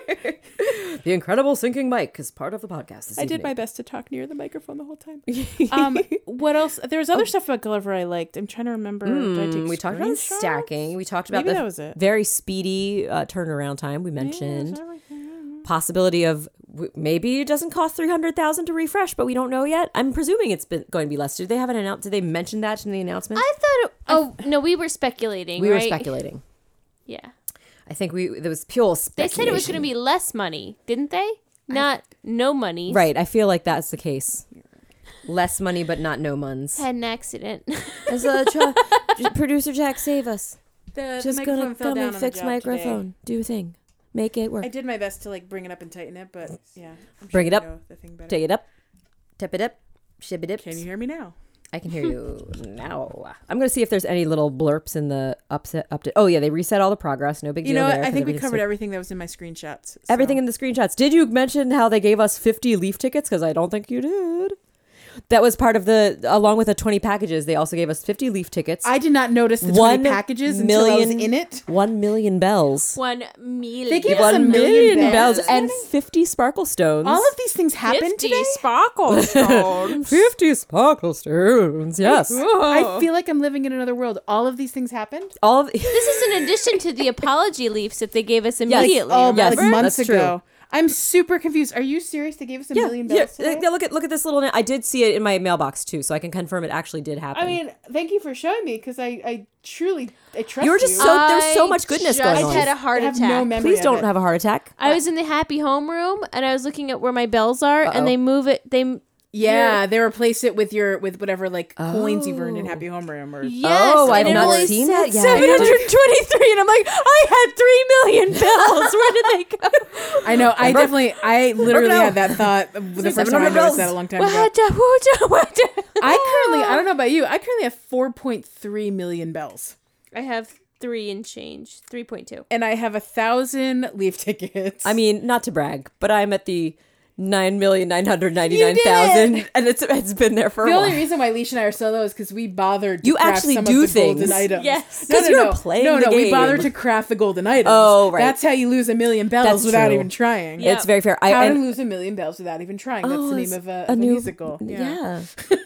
the incredible sinking mic is part of the podcast. This
i did my best to talk near the microphone the whole time um what else there was other stuff about gulliver i liked i'm trying to remember did I take
Oh. Mm, Hmm, We talked about
screenshots?
stacking. We talked about
Maybe
the
that was it.
very speedy uh, turnaround time we mentioned.
Everything.
possibility of w- maybe it doesn't cost 300,000 to refresh, but we don't know yet. I'm presuming it's been going to be less. Did they have an announcement? Did they mention that in the announcement?
I thought. It, oh no, we were speculating.
we were
right?
speculating.
Yeah,
I think we there was pure
they
speculation.
said it was going to be less money, didn't they? Not no money.
Right, I feel like that's the case. Less money but not no muns.
Had an accident.
As a tra- producer Jack save us.
Uh, The, the
Just going
microphone
to
fell
come
down
and
on the
fix
job today.
microphone. Do your thing. Make it work.
I did my best to like bring it up and tighten it, but yeah. I'm
Bring
sure
it
you
up.
know the thing better.
Take it up. Tip it up. Ship it up.
Can you hear me now?
I can hear you now. I'm going to see if there's any little blurps in the upset update. Oh yeah, they reset all the progress. No big
You
deal
know,
there.
what? I
'cause
think we
everything's
covered
still-
everything that was in my screenshots. so-
everything in the screenshots. Did you mention how they gave us 50 leaf tickets cuz I don't think you did? That was part of the along with the 20 packages. They also gave us 50 leaf tickets.
I did not notice the 20 packages until I was in it.
1 million bells.
One million.
They gave us a
1
million
million
bells.
bells and 50 sparkle stones.
All of these things happened today.
sparkle stones.
50 sparkle stones. Yes.
I feel like I'm living in another world. All of these things happened.
All of
this is in addition to the apology leafs that they gave us immediately.
Oh,
Yes,
like months
that's
ago. I'm super confused. Are you serious? They gave us a million
yeah,
bells.
yeah,
today?
look at look at this little. I did see it in my mailbox too, so I can confirm it actually did happen.
I mean, thank you for showing me because I, I truly I trust
You were just
you.
so- there's so much goodness
I
going
just
on.
had a heart
I have no
attack.
memory.
please
of
don't
it.
have a heart attack.
I was in the happy home room and I was looking at where my bells are and they move it. They
Yeah, they replace it with your with whatever like coins you've earned in Happy Homeroom or
yes.
oh, I've
and it
not
only
seen
said
that yet.
723 and I'm like, I had 3 million bells. Where did they go?
I know. I definitely, I literally
now.
had that thought the first time I
remember
noticed
those.
that a long time ago.
Ah,
What a- what a- what a-
I currently, I don't know about you, I currently have 4.3 million bells.
I have 3 and change. 3.2.
And I have a thousand leaf tickets.
I mean, not to brag, but I'm at the nine million nine hundred ninety nine thousand, and it's it's been there for
the
a
only
while.
reason why Leash and I are so low is because we bothered. To
You
craft
actually
some
do
of the golden
things.
Items.
Yes.
No,
'Cause
no,
you're
no.
playing
No,
the
no. We
game.
bothered to craft the golden items.
Oh, right.
That's how you lose a million bells
That's
without
true.
even trying.
Yeah.
It's very fair. I,
How to
and-
lose a million bells without even trying. That's
Oh,
the name
it's
of a, of a
new-
musical.
Yeah.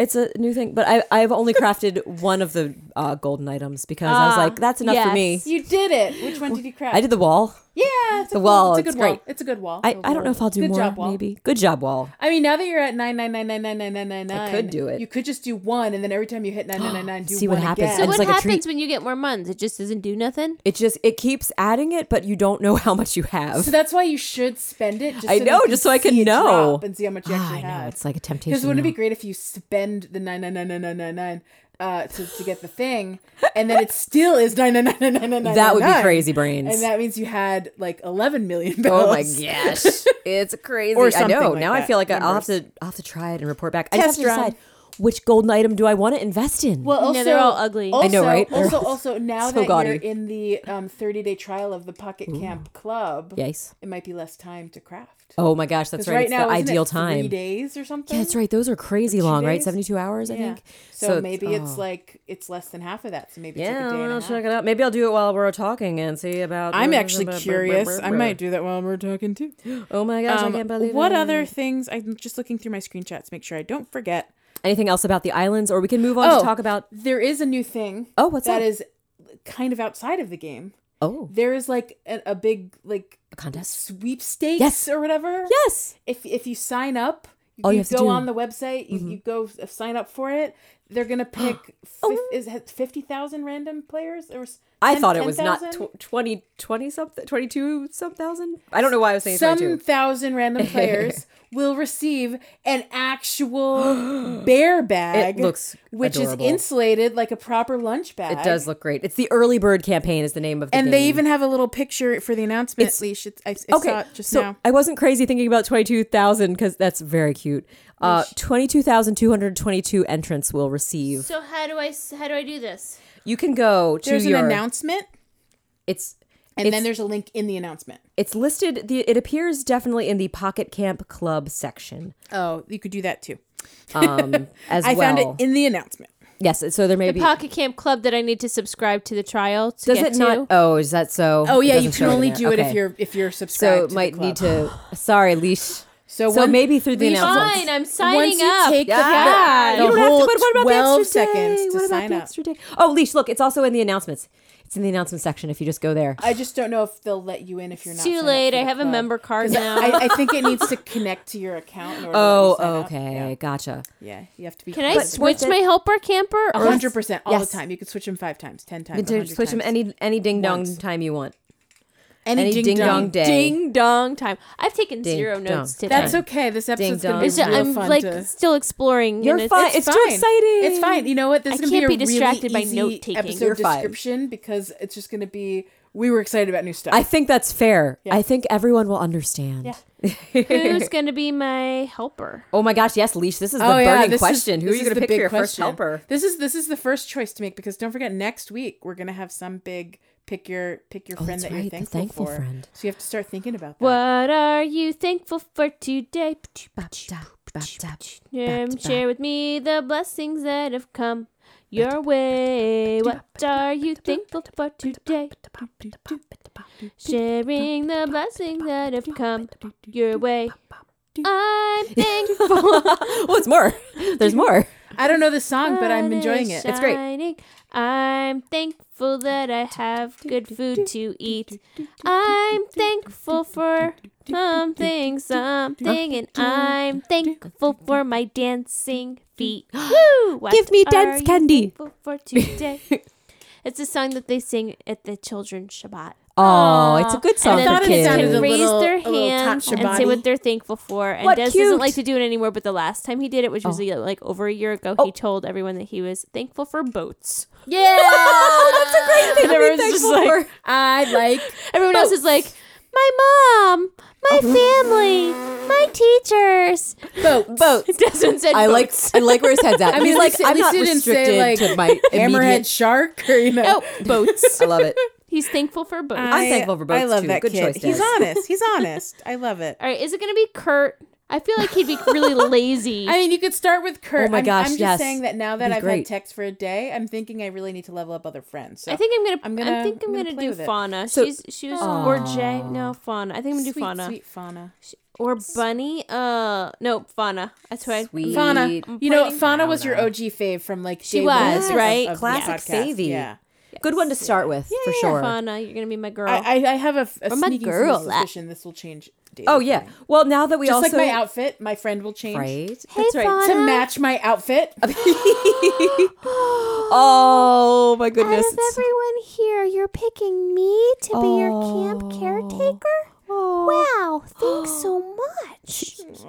It's a new thing, but I, I've only crafted one of the uh, golden items because I was
Ah,
like, that's enough for me.
yes.
You did it. Which one did you craft?
I did the wall.
Yeah, it's a
The
cool-
wall,
It's a good
it's
wall.
great.
It's a good wall.
I, I don't know if I'll do
Good
more.
job, wall.
Maybe good job, wall.
I mean, now that you're at nine nine nine nine nine nine nine nine nine,
I could do it.
You could just do one, and then every time you hit nine nine nine nine, do
See what
one
happens.
So
Again.
And it's
what
like a
happens
treat.
when you get more months? It just doesn't do nothing?
It just it keeps adding it, but you don't know how much you have.
So that's why you should spend it. Just
I
so
know,
you can
just so I can
see it
know.
drop and see how much you
Ah, I
actually
know
have.
it's like a temptation.
Because wouldn't it
now.
be great if you spend the nine nine nine nine nine nine nine uh, to to get the thing, and then it still is nine nine nine nine nine nine nine.
That would be
nine.
crazy brains.
And that means you had like eleven million bells.
Oh my gosh, it's crazy.
Or
I
something
know.
like
now I
that,
feel like I- I'll have
numbers.
to I'll have to try it and report back. I just
Test
have to
run.
decide which golden item do I want to invest in.
Well, also
No, they're all ugly.
Also,
I
know, right? They're
Also,
all
also now
so
that
gaudy.
you're in the um, 30 day trial of the Pocket Camp Club,
yes.
it might be less time to craft.
Oh my gosh, that's
'Cause
right. it's the
isn't it
ideal
Three
time.
days or something.
Yeah, that's right. Those are crazy long, right?
days?
Seventy-two hours, I
Yeah.
think.
So,
it's-
maybe
oh.
it's like it's less than half of that. So maybe it's like
Yeah,
a day and
I'll
a
check
half.
it out. Maybe I'll do it while we're talking and see about.
I'm actually curious. I might do that while we're talking too.
Oh my gosh,
Um,
I can't believe
what
it.
other things? I'm just looking through my screenshots to make sure I don't forget.
Anything else about the islands, or we can move on
Oh.
to talk about.
There is a new thing.
Oh, what's
that
that?
is kind of outside of the game.
Oh,
There is like a, a big like
a contest.
sweepstakes
Yes.
or whatever.
Yes.
if if you sign up, you,
All you
you
have to
go
do- Mm-hmm.
on the website, you, you go s- sign up for it. They're gonna pick fif- is it fifty thousand random players or s-
Oh. I
10
thought it was
10,000?
not tw- 20, 20 something, 22 some thousand. I don't know why I was saying
some
22.
thousand random players will receive an actual bear bag.
It looks
which
adorable.
is insulated like a proper lunch bag.
It does look great. It's the early bird campaign is the name of the
And they
game.
even have a little picture for the announcement.
It's-
leash. It's, I, I
Okay,
saw it just
so
now.
I wasn't crazy thinking about 22,000 because that's very cute. Uh, 22,222 entrants will receive.
So how do I how do I do this?
You can go to
There's an
your
announcement,
it's
and
It's-
then there's a link in the announcement.
it's listed the it appears definitely in the Pocket Camp Club section
Oh, you could do that too.
um, as
I
well.
found it in the announcement.
yes, so there may
The
be
Pocket Camp Club that I need to subscribe to the trial to
Does
get
it not?
to?
Oh, is that so?
Oh yeah,
doesn't
you
show
can
in
only
there.
do it
Okay.
if you're if you're
so
subscribed.
it might need to sorry leash
So,
so
one-
maybe through the
Leash-
announcements.
Fine, I'm signing
Once you
up.
take the,
God.
the,
You
the
don't
whole
but what about the
twelve
extra
seconds
day?
to
what about
sign
the
up.
extra day? Oh, leash, look, it's also in the announcements. It's in the announcement section if you just go there.
I just don't know if they'll let you in if you're not.
Too
signed up
late,
for
I
the
have a
club.
member card
'Cause
now.
I, I think it needs to connect to your account. In order to
oh,
let you sign up.
okay, gotcha.
Yeah. yeah, you have to be.
Can I
committed.
worth
switch
it.
my helper camper?
A
Or
hundred percent all
Yes.
the time? You could switch them five times, ten
You
times,
can
100
switch them
times.
any any ding dong
Once.
time you want.
any,
any ding dong day.
ding dong time. I've taken
Ding
zero notes
dong.
today.
That's okay. This episode's
dong.
gonna be
It's-
real
I'm
fun
like
to-
still exploring.
You're
and it's-
fine.
it's-
It's too exciting.
It's fine. You know what? This
I
is gonna
can't
be a
be distracted by
really easy
note-taking.
episode
You're fine.
description because it's just gonna be. We were excited about new stuff.
I think that's fair. I think everyone will understand.
Who's gonna be my helper?
Oh my gosh, yes, leash, this is the burning question. Who are
Oh, this
you
is
going to
the
pick for
big
your first
question.
helper?
This is this is the first choice to make because don't forget next week we're gonna have some big pick your pick your friend
Oh, that's
that
right,
you're
the
thankful,
thankful
for.
friend.
So you have to start thinking about that.
What are you thankful for today? Um, share with me the blessings that have come your way. What are you thankful for today? Sharing the blessings that have come your way. I'm thankful.
well, it's more. There's more.
I don't know the song, but I'm enjoying it.
great.
great. I'm thankful that I have good food to eat. I'm thankful for something, something, and I'm thankful for my dancing feet. Woo! What
Give me
are
dance
you
candy.
thankful for today. It's a song that they sing at the children's Shabbat.
Oh, it's a good song
and
for
then
thought it
kids.
sounded a
raise
little-
their
a little
hands
touch
and say
Shabbat-y.
what they're thankful for. And
What
Des
cute.
doesn't like to do it anymore, but the last time he did it, which
Oh.
was like over a year ago, he told everyone that he was thankful for boats.
That's a great thing.
And
to be
everyone's just
thankful
like,
for.
I like
Everyone else is like, my mom, my
Oh.
family, my teachers.
boats.
boats.
Desmond said,
I like
boats.
I like where his head's at.
I mean,
He's
at
like
least- at
I'm
least
not
he didn't say,
restricted
like,
to my
hammerhead
immediate
shark or you know.
boats. I love it.
He's thankful for boats.
Uh,
I'm thankful for boats,
I love
too.
that
Good
kid.
choice,
He's
Des.
honest. He's honest. I love it.
All right, is it going to be Kurt? I feel like he'd be really lazy.
I mean, you could start with Kurt.
Oh my
I'm-
gosh,
I'm, just
yes.
saying that now that
Be
I've
great.
had text for a day, I'm thinking I really need to level up other friends. So
I think I'm gonna.
I'm
I'm
gonna-
I think I'm
I'm gonna
gonna,
play
do
with it.
Fauna.
So-
she's she was or Jay. No Fauna. I think I'm gonna do
sweet,
Fauna
sweet fauna.
or Bunny. Uh, no Fauna. That's right.
Sweet.
Fauna.
I'm
You know,
playing
Fauna was your OG fave from like
She
day one
was,
of- of
right?
the
Classic
podcast.
favey.
Yeah.
Good one to start with for sure.
Fauna, you're gonna be my girl.
I, I I have a, f- a
Or my
sneaking
girl.
suspicion this will change. daily
Oh
for
yeah.
me.
Well, now that we
just
also
like my outfit, my friend will change
right.
Hey,
That's right.
Fauna.
to match my outfit.
Oh my
Out of
goodness. It's-
everyone here, you're picking me to be your camp
Oh.
caretaker? Wow, thanks so much.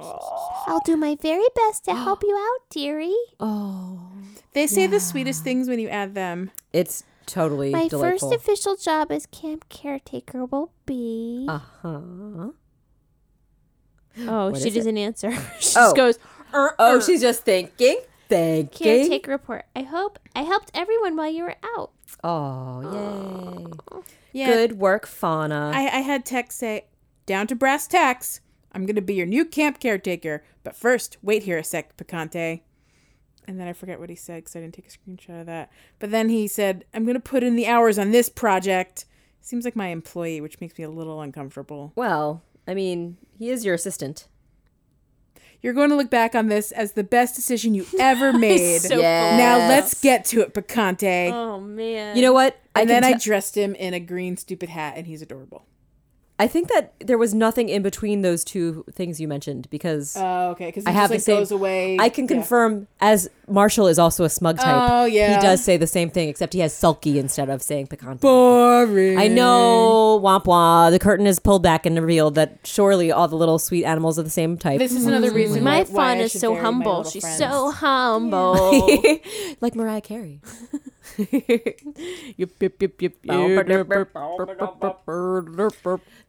I'll do my very best to help you out, dearie.
Oh,
They say the sweetest things when you add them.
it's totally
My
delightful.
first official job as camp caretaker will be.
uh huh.
oh,
what
she
is it?
doesn't answer. she
Oh.
just goes, "Er,
Oh,
er."
she's just thinking, thinking.
Caretaker report. I hope I helped everyone while you were out.
Oh, yay!
Yeah,
Good work, Fauna.
I, I had Tex say, down to brass tacks. I'm going to be your new camp caretaker. But first, wait here a sec, Picante. And then I forget what he said because I didn't take a screenshot of that. But then he said, I'm going to put in the hours on this project. Seems like my employee, which makes me a little uncomfortable.
well, I mean, he is your assistant.
You're going to look back on this as the best decision you ever made.
so- Yes.
Now let's get to it, Picante.
Oh man.
You know what? I
and then
I.
I dressed him in a green stupid hat, and he's adorable.
I think that there was nothing in between those two things you mentioned because
Oh, okay. Because
I have
like,
the same.
goes away.
I can
Yeah.
confirm as Marshall is also a smug type.
Oh, yeah.
he does say the same thing except he has sulky instead of saying pecan.
Boring.
I know, womp womp. The curtain is pulled back and revealed that surely all the little sweet animals are the same type.
This is another reason.
my
why,
fauna
why I
is
should
so
marry my
humble.
little
She's
friends.
so humble.
like Mariah Carey.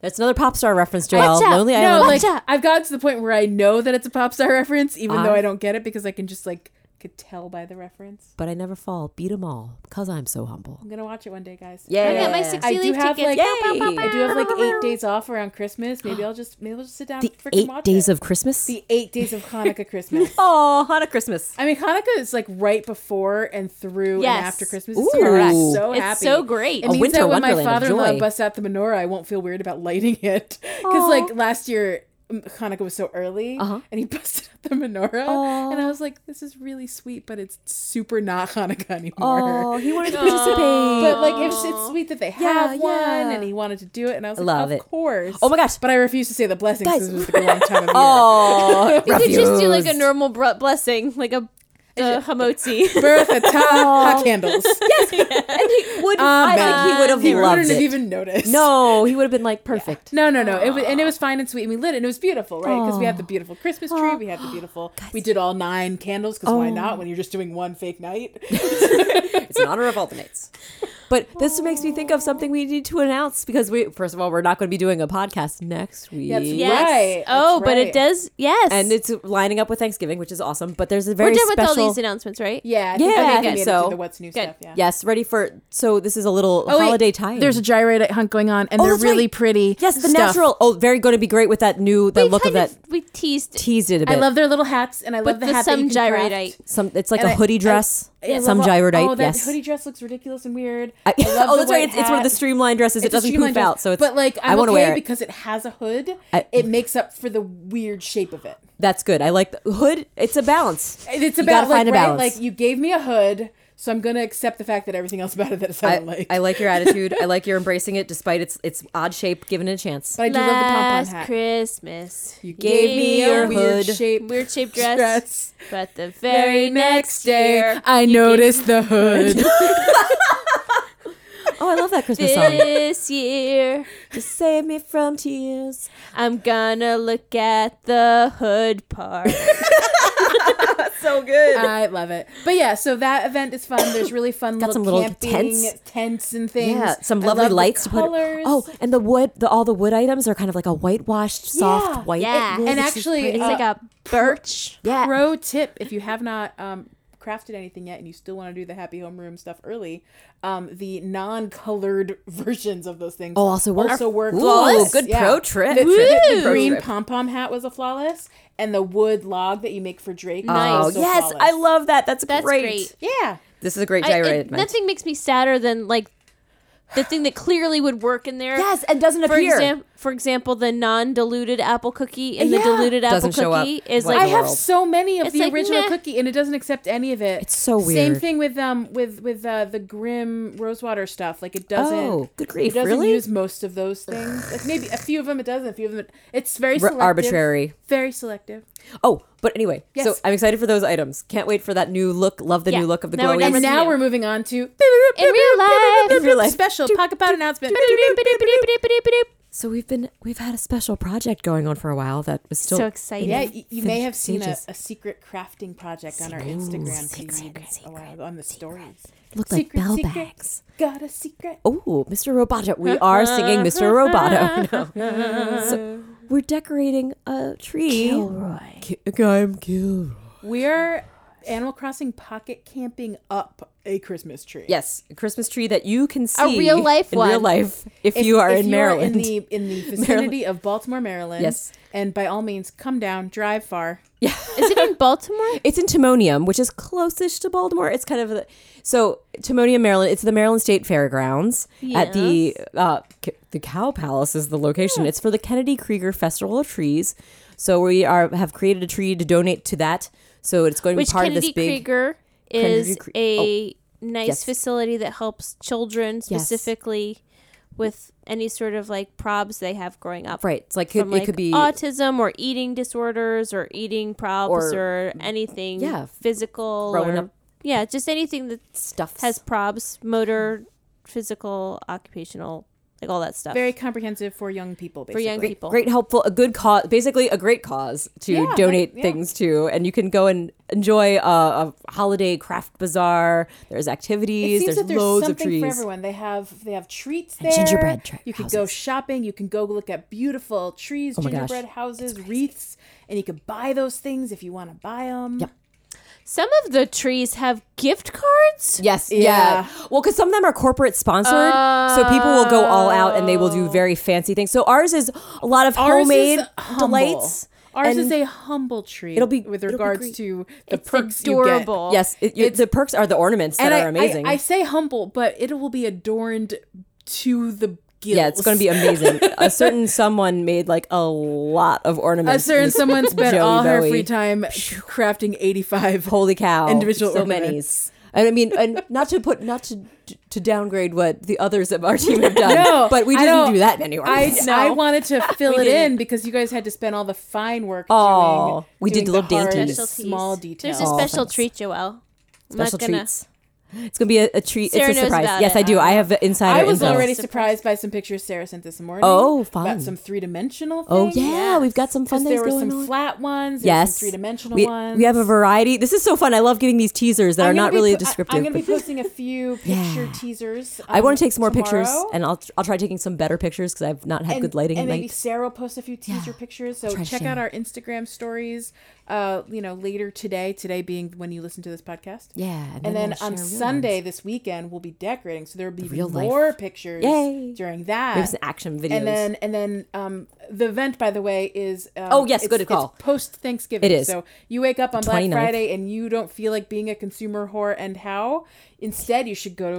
That's another pop star reference, Joel.
Watch out.
Lonely
No,
No,
Island.
like
Watch out.
I've gotten to the point where I know that it's a pop star reference, even though
I-
I don't get it because I can just like could tell by the reference.
but I never fall. Beat 'em all because I'm so humble.
I'm gonna watch it one day, guys.
I got my
Yeah.
sixty
I do
leaf
have
tickets.
like
Yay.
I do have like eight days off around Christmas. Maybe I'll just maybe I'll just sit down.
The
and frickin'
eight
watch
days
it.
of Christmas.
the eight days of Hanukkah Christmas.
oh, Hanukkah Christmas.
I mean, Hanukkah is like right before and through
Yes.
and after Christmas.
Ooh.
It's great. I'm
Correct.
so
It's
happy. Oh,
so great. A
It means
winter
that when my
wonderland of
father-in-law
joy.
busts out the menorah, I won't feel weird about lighting it. Because like last year, um, Hanukkah was so early,
Uh-huh.
and he busted out the menorah, and I was like, "This is really sweet, but it's super not Hanukkah anymore."
Oh, he wanted to participate.
But like it's, it's sweet that they have one,
yeah.
and he wanted to do it, and I was like,
Love
"Of
it.
course!"
Oh my gosh.
But I refuse to say the blessings. 'cause
Guys.
This was like a long time ago.
Oh,
You could just do like a normal br- blessing, like a the hamotzi.
Birth at top
would
candles.
I
Amen.
think Ah, he would have
he
loved
wouldn't
it.
have even noticed.
no, he would have been like perfect.
No, no, no. It was, and it was fine and sweet, and we lit it, and it was beautiful, right? Because we had the beautiful Christmas tree, we had the beautiful. We did all nine
Oh.
candles because why not? When you're just doing one fake night,
It's in honor of all the mates. But this makes me think of something we need to announce because we, first of all, we're not going to be doing a podcast next week.
That's
Yes.
Right,
Oh,
that's
but
right.
it does. Yes.
and it's lining up with Thanksgiving, which is awesome. But there's a
we're
very
done with
special.
all these announcements, right?
Yeah, I
Yeah,
think, I
okay,
think we
good.
made it
So-
through the what's new
good.
stuff. Yeah.
yes, ready for. So this is a little
Oh, wait,
holiday time.
There's a gyrate hunt going on, and
Oh,
they're
that's right.
really pretty.
yes, the
stuff.
natural. Oh, very going to be great with that new the
We
look of
kind
that
We teased.
teased it a bit.
I love their little hats, and I love
With
the,
the
hat that you
some
can craft.
gyrodite.
some. It's like
and
a
I-
hoodie
I-
dress.
Yeah, I
some
love-
gyrodite.
Oh, that
yes.
hoodie dress looks ridiculous and weird.
I-
I love
oh,
the
that's
white
right. It's, it's one of the
hat.
streamlined dresses. it
It's a
doesn't
streamlined
poof out,
dress,
so it's.
but like I'm
I want to
okay
wear it.
because it has a hood.
I-
it makes up for the weird shape of it.
That's good. I like the hood. It's a balance.
And It's
You
about
gotta
like
find a
right,
balance.
like you gave me a hood, so I'm gonna accept the fact that everything else about it that I
I,
don't like.
I like your attitude. I like your embracing it despite its its odd shape. Given it a chance.
but I do love the pom pom
Last
hat.
Christmas, you
gave me your
weird
hood.
shape.
weird shaped dress,
dress.
but the very next year,
I noticed the hood.
Oh, I love that Christmas song.
this year,
to save me from tears.
I'm gonna look at the hood part.
So good.
I love it. But yeah, so that event is fun. There's really fun
Got
little
some little
camping
tents.
tents and things.
Yeah, some
I
lovely
love the
lights to put.
colors.
Oh, and the wood, the all the wood items are kind of like a whitewashed, soft
Yeah.
white.
Yeah.
wood,
and
which is
actually,
It's
uh,
like a birch.
yeah,
pro tip if you have not um, crafted anything yet and you still want to do the happy homeroom stuff early, um, the non-colored versions of those things.
Oh, also work.
Also work.
Ooh,
Flawless.
good
Yeah.
pro trip.
The, the- the
Woo!
green
Pro trip.
pom pom hat was a flawless, and the wood log that you make for Drake. was
Oh
also
yes,
flawless.
I love that. That's,
That's
great.
great.
Yeah.
This is a great
I- it-
gyrate. event.
nothing makes me sadder than like the thing that clearly would work in there.
yes, and doesn't
For,
appear.
exam- for example, the non-diluted apple cookie and
Yeah.
the diluted apple
Doesn't show up.
cookie is
What
like
I
the
have
world.
so many of
It's
the
like,
original
meh.
cookie, and it doesn't accept any of it.
It's so
Same
weird.
thing with um with with uh, the grim Rosewater stuff. Like it doesn't.
Oh, good grief,
It doesn't
really?
use most of those things. like maybe a few of them it doesn't. A few of them it- it's very
R-
selective,
arbitrary.
Very selective.
Oh, but anyway, so
Yes.
I'm excited for those items. Can't wait for that new look. Love the
Yeah.
new look of the
Now we're
glowy.
And
Yes.
now we're moving on to
in real life.
In real life.
special pocket pot announcement.
So we've been we've had a special project going on for a while that was still
So exciting.
Yeah, you, you may
Finish
have seen a,
stages.
a secret crafting project on our Instagram feed a while- on the stories.
looked like
Secret,
bell
secret.
bags.
Got a secret.
Oh, Mr. Roboto. We are singing Mr. Roboto. No. So we're decorating a tree. Kilroy. I'm Kilroy.
We're Animal Crossing Pocket Camping Up a Christmas Tree.
Yes, a Christmas tree that you can see
real life
in real
one.
life if, you are in
you
Maryland.
in the in the vicinity of Baltimore, Maryland.
Yes.
and by all means, come down, drive far.
yeah.
Is it in Baltimore?
It's in Timonium, which is closest to Baltimore. It's kind of the, so Timonium, Maryland. It's the Maryland State Fairgrounds at the uh, c- the Cow Palace is the location. It's for the Kennedy Krieger Festival of Trees. So we are have created a tree to donate to that. So it's going to
Which
be part
Kennedy
of this big.
Krieger
Kennedy
is
Kr-
a nice
yes.
facility that helps children specifically with any sort of like probs they have growing up.
Right. It's like,
From
it,
like
it could be
autism or eating disorders or eating problems or, anything
yeah,
physical
growing
or
up.
yeah, just anything that
stuff.
has probs, motor, physical, occupational, like all that stuff.
Very comprehensive for young people.
for
Basically.
young people.
Great, helpful, a good cause, basically a great cause to
Yeah,
donate
yeah.
things to, and you can go and enjoy a, a holiday craft bazaar. There's
It
activities.
seems
There's,
that there's
loads of
something
trees.
for everyone. They have they have treats there.
gingerbread tre-
You can go
houses. Oh
shopping. You can go look at beautiful trees,
my gosh.
gingerbread houses, wreaths, and you can buy those things if you want to buy them.
Yep.
Some of the trees have gift cards.
Yes. Yeah.
Yeah.
Well, because some of them are corporate sponsored, so people will go all out and they will do very fancy things. So ours is a lot of
Ours
homemade
is humble.
delights.
Ours
and-
is a humble tree.
It'll be-
with
it'll be
regards
great.
to the
It's
perks you get.
adorable.
Yes, it, you- the perks are the ornaments that
And I,
are amazing.
I, I say humble, but it will be adorned to the gills.
yeah, it's going to be amazing. a certain someone made like a lot of
A
ornaments.
certain
This
someone spent
Joey
all her
Bowie.
free time crafting eighty-five.
Holy cow!
Individual
so
ornaments.
many's. And I mean, and not to put, not to to downgrade what the others of our team have done,
No,
but we
I
didn't
don't-
do that many
I,
ornaments.
I wanted to fill it
didn't.
in because you guys had to spend all the fine work.
Aw,
doing,
we did
doing
little
the hard,
dainties.
Specialties.
small
There's
details.
a
Oh,
special
thanks.
treat, Joelle. I'm
Special
not gonna,
treats. It's gonna be a, a treat.
Sarah
it's
knows
a surprise.
about
Yes,
it.
I do. I have the insider.
I was
info.
already surprised by some pictures Sarah sent this morning.
Oh, fun.
About some three dimensional.
Oh yeah, we've got some fun
Because
things
there were
going
some
on.
flat ones. there were
yes,
some three dimensional
we,
ones.
We have a variety. This is so fun. I love giving these teasers that
I'm
are
gonna
not
be
really
pu-
descriptive.
I, am going to be
but-
posting a few picture teasers.
I want to
um,
take some more pictures,
tomorrow.
and I'll I'll try taking some better pictures because I've not had
And-
good lighting
And maybe
lately.
Sarah will post a few teaser pictures. So
Try to
check
share.
out our Instagram stories. Uh, you know, later today. Today being when you listen to this podcast.
Yeah,
And then
I'll
on
share real
Sunday this weekend we'll be decorating, so there will be
Real life.
more pictures
Yay.
during
ones.
that.
we have some action videos.
And then, and then, um, the event, by the way, is um,
Oh, yes,
it's-
good call.
It's post Thanksgiving,
It is.
So you wake up on Black
29th.
Friday and you don't feel like being a consumer whore, and how? Instead, you should go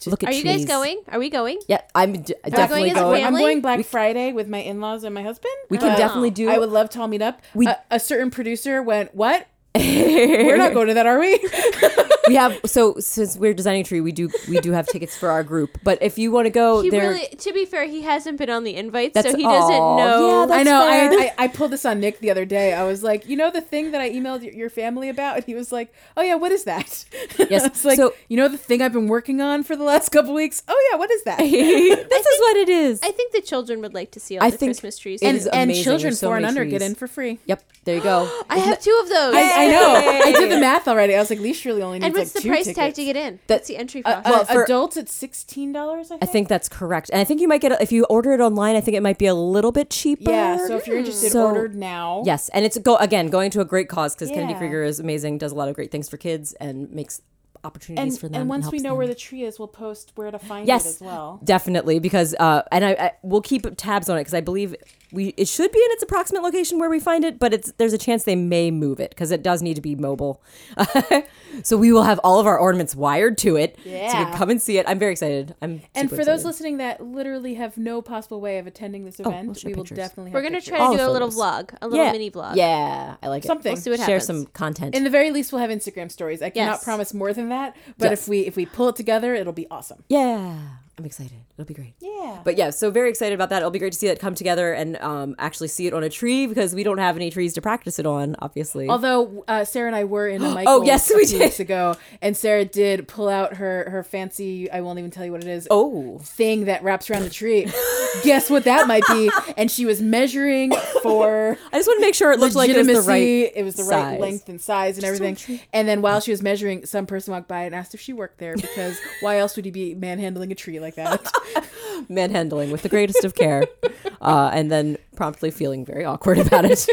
to.
look at
Are you guys
trees.
going? Are we going?
Yeah, I'm d- definitely
as a
going.
I'm
family?
going Black Friday with my in laws and my husband.
We can
Uh,
definitely do.
I would love to all meet up.
We-
a, a certain producer went, "What? We're not going to that, are we?"
we have so since we're designing a tree, we do we do have tickets for our group. But if you want to go,
He
there
really, to be fair, he hasn't been on the invite,
That's-
so he doesn't
aw,
know.
yeah,
I
That's
know.
fair.
I, I, I pulled this on Nick the other day. I was like, you know, the thing that I emailed y- your family about, and he was like, oh yeah, what is that?
Yes,
it's like
so-
you know the thing I've been working on for the last couple weeks. Oh yeah, what is that? and
this is what it is.
I think the children would like to see all
I
the
think
Christmas trees.
it is-
and
amazing.
children
There's so
four and
many
under get
trees.
in for free.
yep, there you go.
I have two of those.
I, I know. I did the math already. I was like, Leash really only needs
And what's
like
the
two
price
tickets.
tag to get in? That's the entry
Uh,
cost.
uh,
Well, for-
adults, it's sixteen dollars. I
I
think.
think that's correct, and I think you might get a- if you order it online. I think it might be a little bit cheaper.
Yeah. So if you're interested,
So-
ordered now.
Yes, and it's go again going to a great cause because Kennedy
Yeah.
Krieger is amazing, does a lot of great things for kids, and makes opportunities
And,
for them.
and once we
helps
know
them.
where the tree is, we'll post where to find
yes,
it as well.
definitely because uh, and I, I we'll keep tabs on it because I believe we it should be in its approximate location where we find it, but it's there's a chance they may move it because it does need to be mobile. so we will have all of our ornaments wired to it. so you
Yeah.
can come and see it. I'm very excited. I'm
And
super
for
excited.
those
Oh,
listening that literally have no possible way of attending this event,
share
we will
pictures.
definitely. Have
We're gonna
pictures. Oh,
try to do
All
a little
photos.
vlog, a little
yeah.
mini vlog.
yeah, I like it.
something.
We'll see what
Share
happens.
some content.
In the very least, we'll have Instagram stories. I cannot
Yes.
promise more than that, but
Yes.
if we if we pull it together, it'll be awesome.
yeah, I'm excited. It'll be great.
Yeah.
But yeah, so very excited about that. It'll be great to see that come together and um, actually see it on a tree because we don't have any trees to practice it on, obviously.
Although uh, Sarah and I were in a Michael
Oh, yes,
a
we
few
did.
weeks ago, and Sarah did pull out her her fancy I won't even tell you what it is
oh,
thing that wraps around the tree. Guess what that might be? And she was measuring for
I just want to make sure it looked like it was
legitimacy.
the right.
it was the
size.
right length and size and everything. And then while she was measuring, some person walked by and asked if she worked there because why else would you be manhandling a tree like that?
manhandling with the greatest of care, uh, and then promptly feeling very awkward about it.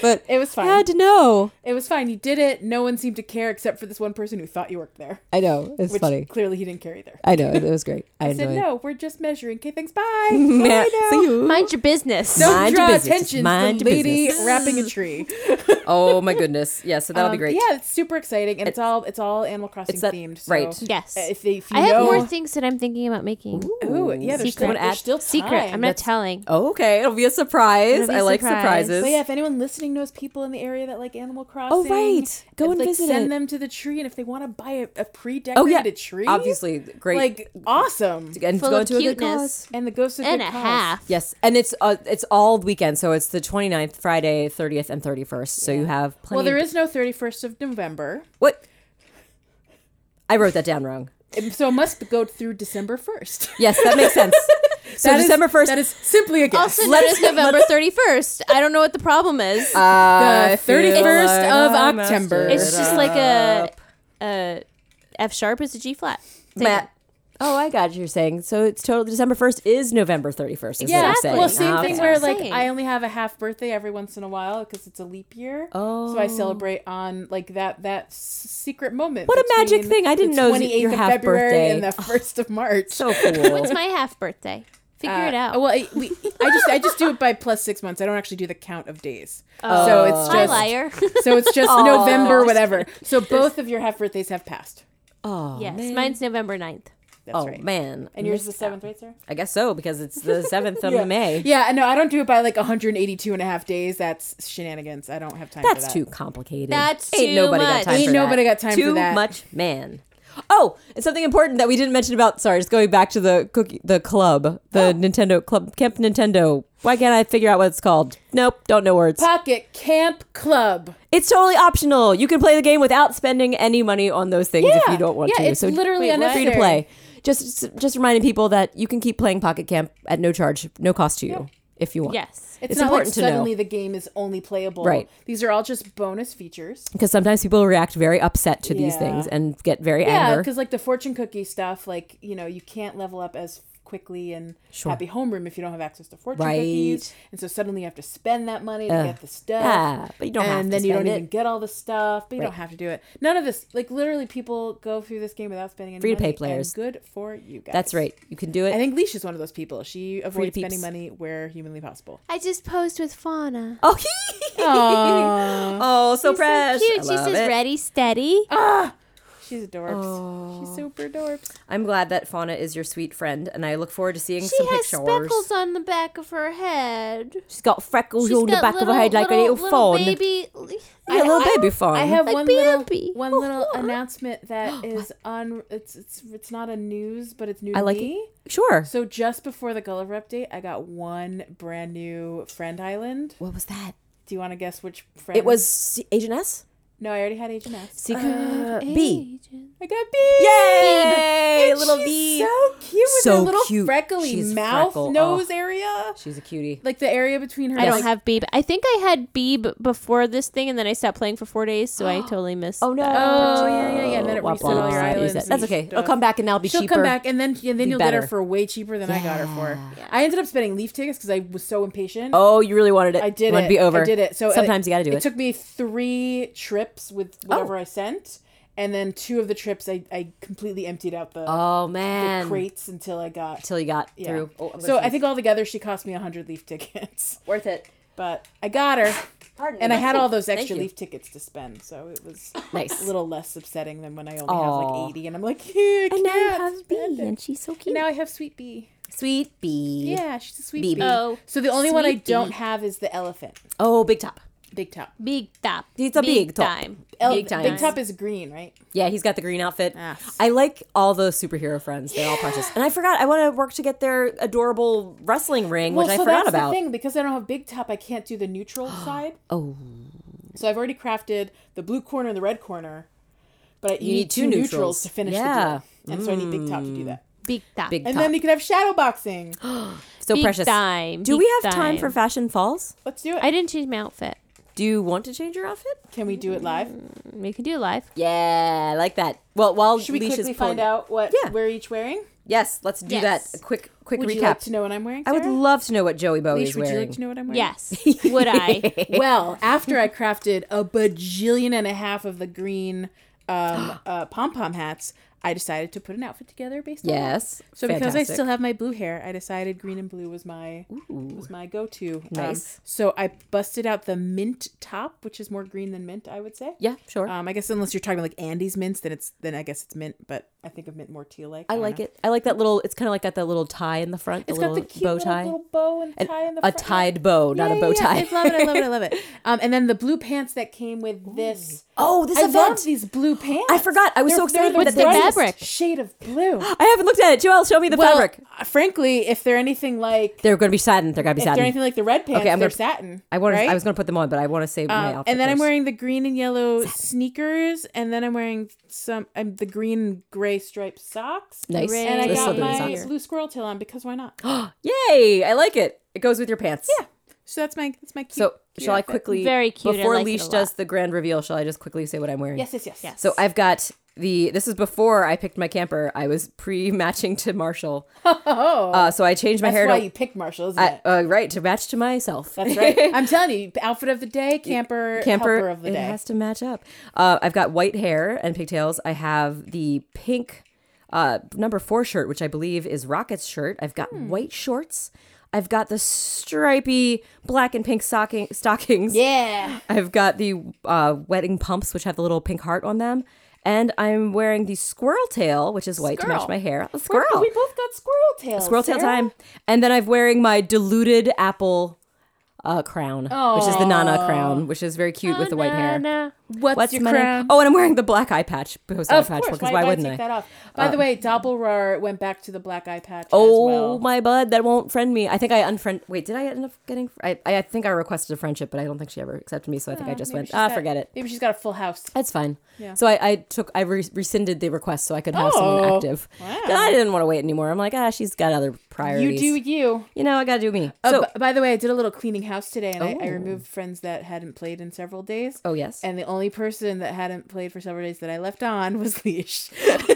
But
It was fine.
I had to know.
It was fine. You did it. No one seemed to care except for this one person who thought you worked there.
I know it's
Which
funny.
clearly he didn't care either.
I know it was great. I,
Said,
enjoyed. it.
no, we're just measuring. Okay, thanks. Bye. Bye now.
See you.
Mind your business.
Don't
Mind your
draw
business. Just
attention
mind
to
your
lady
business.
wrapping a tree.
Oh my goodness. Yeah. So that'll be
Um,
great.
Yeah, it's super exciting, and it's, all it's all Animal Crossing
that-
themed. So
right.
Yes.
If, they, if you
I have
know,
more things that I'm thinking about making.
Ooh, yeah, there's,
Secret.
still,
Someone
there's
add-
still
Secret.
time.
I'm not
That's-
telling.
Oh, Okay. It'll be a surprise.
It'll be
I
a
like
surprise.
surprises.
But yeah, if anyone listening knows people in the area that like Animal Crossing,
Oh, right. Go
I'd,
and
like,
visit
send
it.
them to the tree, and if they want to buy a, a pre-decorated
Oh yeah.
tree,
Obviously, great.
like awesome.
and
Full
go
of
to a good cause.
cuteness.
And the ghost of
And a
Good Cause.
half.
Yes, and it's uh, it's all weekend, so it's the 29th, Friday, 30th, and 31st. So you have plenty.
Well, there
of-
is no 31st of November,
what I wrote that down wrong.
so it must go through December 1st.
Yes, that makes sense. so
That is-
December first,
That is simply a guess.
Also known as November 31st. I don't know what the problem is.
uh,
the 31st of October.
it's just like
Uh,
a, a F sharp is a G flat. Same
Matt. Oh, I got what you're saying. So it's total December first is November 31st. Is What
yeah,
I'm saying.
well, same
Ah,
thing
okay.
where
I'm
like
saying.
I only have a half birthday every once in a while because it's a leap year. Oh, so I celebrate on like that that s- secret moment.
What a magic
between
thing. I didn't
the
know that
28th
your
of
half
February
birthday-
and the first of March.
so cool.
thing. It's my half birthday. Figure
Uh,
it out.
Well, I, we, I just I just do it by plus six months. I don't actually do the count of days.
Oh.
so it's
Hi,
just
liar.
so it's just November whatever. So both of your half birthdays have passed.
oh
yes,
man.
mine's November 9th.
That's
oh
right.
man.
And yours is the seventh, right, sir?
I guess so because it's the seventh of May.
Yeah, no, I don't do it by like 182 and a half days. That's shenanigans. I don't have time for
That's
that.
too complicated.
That's
Ain't
too
nobody
much.
Got time
Ain't
for
nobody
that.
got time for
too
that.
much man. Oh, and something important that we didn't mention about. Sorry, just going back to the cookie, the club,
Oh.
the Nintendo club, Camp Nintendo. Why can't I figure out what it's called? Nope, don't know words.
Pocket Camp Club.
It's totally optional. You can play the game without spending any money on those things if
Yeah.
you don't want
Yeah,
to.
it's
so
literally Wait, what?
free to
unnecessary.
play. Just just reminding people that you can keep playing Pocket Camp at no charge, no cost to you, if you want.
Yes.
It's,
It's
not
important
like
to
suddenly
know.
the game is only playable.
Right.
These are all just bonus features.
because sometimes people react very upset to these
Yeah.
things and get very
Yeah,
angry.
because like the fortune cookie stuff, like you know, you can't level up as quickly in
Sure.
Happy Homeroom if you don't have access to fortune
Right.
cookies, and so suddenly you have to spend that money to get the stuff.
Yeah, but you don't
and
have to
then you don't
spend
even
it.
get all the stuff, but you don't have to do it. None of this, like literally, people go through this game without spending any
Free to pay
money, and
players.
Good for you guys.
That's right. You can do it.
I think Leash is one of those people. She avoids spending
peeps.
money where humanly possible.
I just posed with Fauna.
oh, oh, so
So
fresh.
cute.
I
She
love
says,
it.
"Ready, steady."
She's adorbs. She's
Oh.
super adorbs.
I'm glad that Fauna is your sweet friend, and I look forward to seeing
she
some
has
pictures.
speckles on the back of her head.
She's got freckles
She's
Oh, on the
got
back of her head like a little fawn.
baby.
Yeah, little baby fawn.
I have
Like
one
Bambi.
little one little announcement that is on. It's it's it's not a news, but it's new to
I like
me.
it. Sure.
So just before the Gulliver update, I got one brand new friend island.
What was that?
Do you want to guess which friend?
It was C- Agent S.
no, I already had H and S.
Secret B.
I got B.
Yay!
And
Little
she's
B.
So cute with
So
her little
cute.
freckly
She's
mouth
freckle.
nose area,
She's a cutie.
like the area between her.
I don't
like,
have Beeb. I think I had Beeb before this thing, and then I stopped playing for four days, so I totally missed.
Oh no!
Oh, yeah, yeah, yeah. And then it
Womp
resets all
womp.
your islands
Reset.
and
That's okay. It'll
stuff.
come back and that'll be
She'll
cheaper.
come back and then and then
Be
you'll get
better.
her for way cheaper than I got her for. I ended up spending leaf tickets because I was so impatient.
Oh, you really wanted it.
I did
Wanted
it.
to Be over.
I did it. So uh,
sometimes you got to do it. Oh.
It took me three trips with whatever I sent, and then two of the trips I, I completely emptied out the,
oh
the
man!
crates until I got
Till you got
yeah.
through. Oh, I'm
so
gonna
I think altogether she cost me hundred leaf tickets,
worth it.
but I got her,
Pardon
and
me.
I had all those extra
you.
leaf tickets to spend, so it was
Nice.
a little less upsetting than when I only have
Aw.
like eighty, and I'm like, yeah,
And now you have Bee, and she's so cute.
now I have sweet bee.
Sweet bee.
Yeah, she's a sweet
Bee
bee.
bee.
Oh,
so the only one I
sweet bee.
don't have is the elephant,
Oh, big top.
Big Top.
big top.
It's a big top.
time.
El-
Big time.
Big Top is green, right?
Yeah, he's got the green outfit.
Yes.
I like all the superhero friends. They're all precious. And I forgot. I want to work to get their adorable wrestling ring, which I forgot about.
the thing because I don't have Big Top, I can't do the neutral side.
Oh.
So I've already crafted the blue corner and the red corner, but I,
need
you, need,
two
two,
neutrals.
neutrals. to finish
Yeah. Mm.
the deal, and so I need Big Top to do that.
Big top.
Big
And
top.
then we could have shadow boxing.
so
big
precious.
time,
Do
big
we have time
time.
for fashion falls?
Let's do it.
I didn't change my outfit.
Do you want to change your outfit?
Can we do it live?
Mm.
We can do it live.
Yeah, I like that. Well, while
Should we
Leash
quickly
is pulling,
find out what
Yeah.
we're each wearing?
Yes, let's do
Yes.
that. A quick, quick
Would
recap.
you like to know what I'm wearing?
I
Sarah?
would love to know what Joey Bowie
Leash,
is
would you
wearing.
like to know what I'm wearing?
Yes. Would I?
well, after I crafted a bajillion and a half of the green um, uh, pom pom hats, I decided to put an outfit together based on that.
Yes.
So because I
fantastic.
still have my blue hair, I decided green and blue was my was my go to.
Nice.
so I busted out the mint top, which is more green than mint, I would say.
Yeah, sure.
Um, I guess unless you're talking like Andy's mints, then it's then I guess it's mint, but I think of mint more teal like.
I like it. I like that little. It's kind of like got that little tie in the front.
It's
the
got
little
the cute
bow
little,
tie.
little bow and tie in the
a
front.
tied bow, not a bow tie.
I love it. I love it. I love it. Um, and then the blue pants that came with this.
Oh, this
I
event.
love these blue pants.
I forgot. I was so excited
they're
that
the
they
brightest
fabric.
shade of blue.
I haven't looked at it. Joelle, show me the
Well,
fabric.
uh, frankly, if they're anything like
They're going to be satin. They're going to be
if they're
satin.
anything like the red pants,
Okay, I'm
they're
gonna-
satin.
I wanted.
right?
I was going to put them on, but I want to save my
Um,
outfit.
and then i I'm
first.
wearing the green and yellow sneakers, and then I'm wearing some um, the green and gray striped socks.
Nice.
Hooray.
And I
Those
got
still do the
my
socks.
blue squirrel tail on because why not?
Yay! I like it. It goes with your pants. Yeah.
So that's my that's my cute.
So
cute
shall I
outfit.
quickly
Very cute. I
before
like it
Leash
a lot.
does the grand reveal? Shall I just quickly say what I'm wearing?
Yes, yes, yes. Yes.
So I've got the. This is before I picked my camper. I was pre-matching to Marshall.
Oh,
Uh, so I changed my hair
that's why
to
you picked Marshall, isn't
I,
it?
uh, right to match to myself.
That's right. I'm telling you, outfit of the day, camper,
camper
helper of the
it
day.
has to match up uh, i've got white hair and pigtails i have the pink uh, number four shirt which i believe is rocket's shirt i've got
Hmm.
white shorts i've got the stripy black and pink stocking- stockings
yeah.
i've got the uh, wedding pumps which have the little pink heart on them and i'm wearing the squirrel tail which is white to match
Squirrel.
my hair a squirrel
We both got squirrel tails.
squirrel tail
Sarah.
time and then i'm wearing my diluted apple uh, crown, which is the Nana crown, which is very cute with the white hair.
Banana. What's, your
my
crown?
name? Oh, and I'm wearing the black eye patch because
Of
patch
course,
because
why,
why,
why
wouldn't
take
I? Uh,
that off? By the way, Doppelrar went back to the black eye patch.
Oh
as well.
my bud, that won't friend me. I think I unfriend. Wait, did I end up getting? I I think I requested a friendship, but I don't think she ever accepted me. So I think I
Well,
just
Uh, maybe
went.
she's
Ah,
got-
forget it.
Maybe she's got a full house.
That's fine.
Yeah.
So I, I took I re- rescinded the request so I could have someone
Oh,
active.
wow.
I didn't want to wait anymore. I'm like, ah, she's got other
You
priorities.
do you.
You know, I gotta do me.
Uh,
so,
b- by the way, I did a little cleaning house today, and I, I
Oh.
removed friends that hadn't played in several days.
oh yes.
And the only person that hadn't played for several days that I left on was Leash.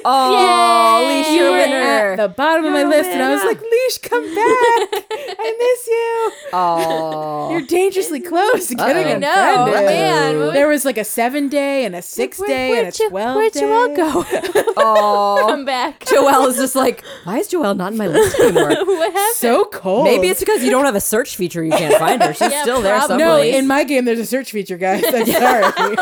oh, Leash,
you
you're
were
a
at
winner.
the bottom of my
You're a
list, and I was
winner.
like, Leash, come back! I miss you.
oh,
You're dangerously close to getting
I
a
know,
friend.
man. What
There was like a seven day and a six day and a
you-
twelve
where'd
day.
you all go?
oh.
Come back.
Joelle is just like, why is Joelle not in my list anymore?
what happened?
So cold.
Maybe it's because you don't have a search feature. You can't find her. She's
Yeah,
still there
probably.
no.
someplace.
In my game, there's a search feature, guys. I'm sorry.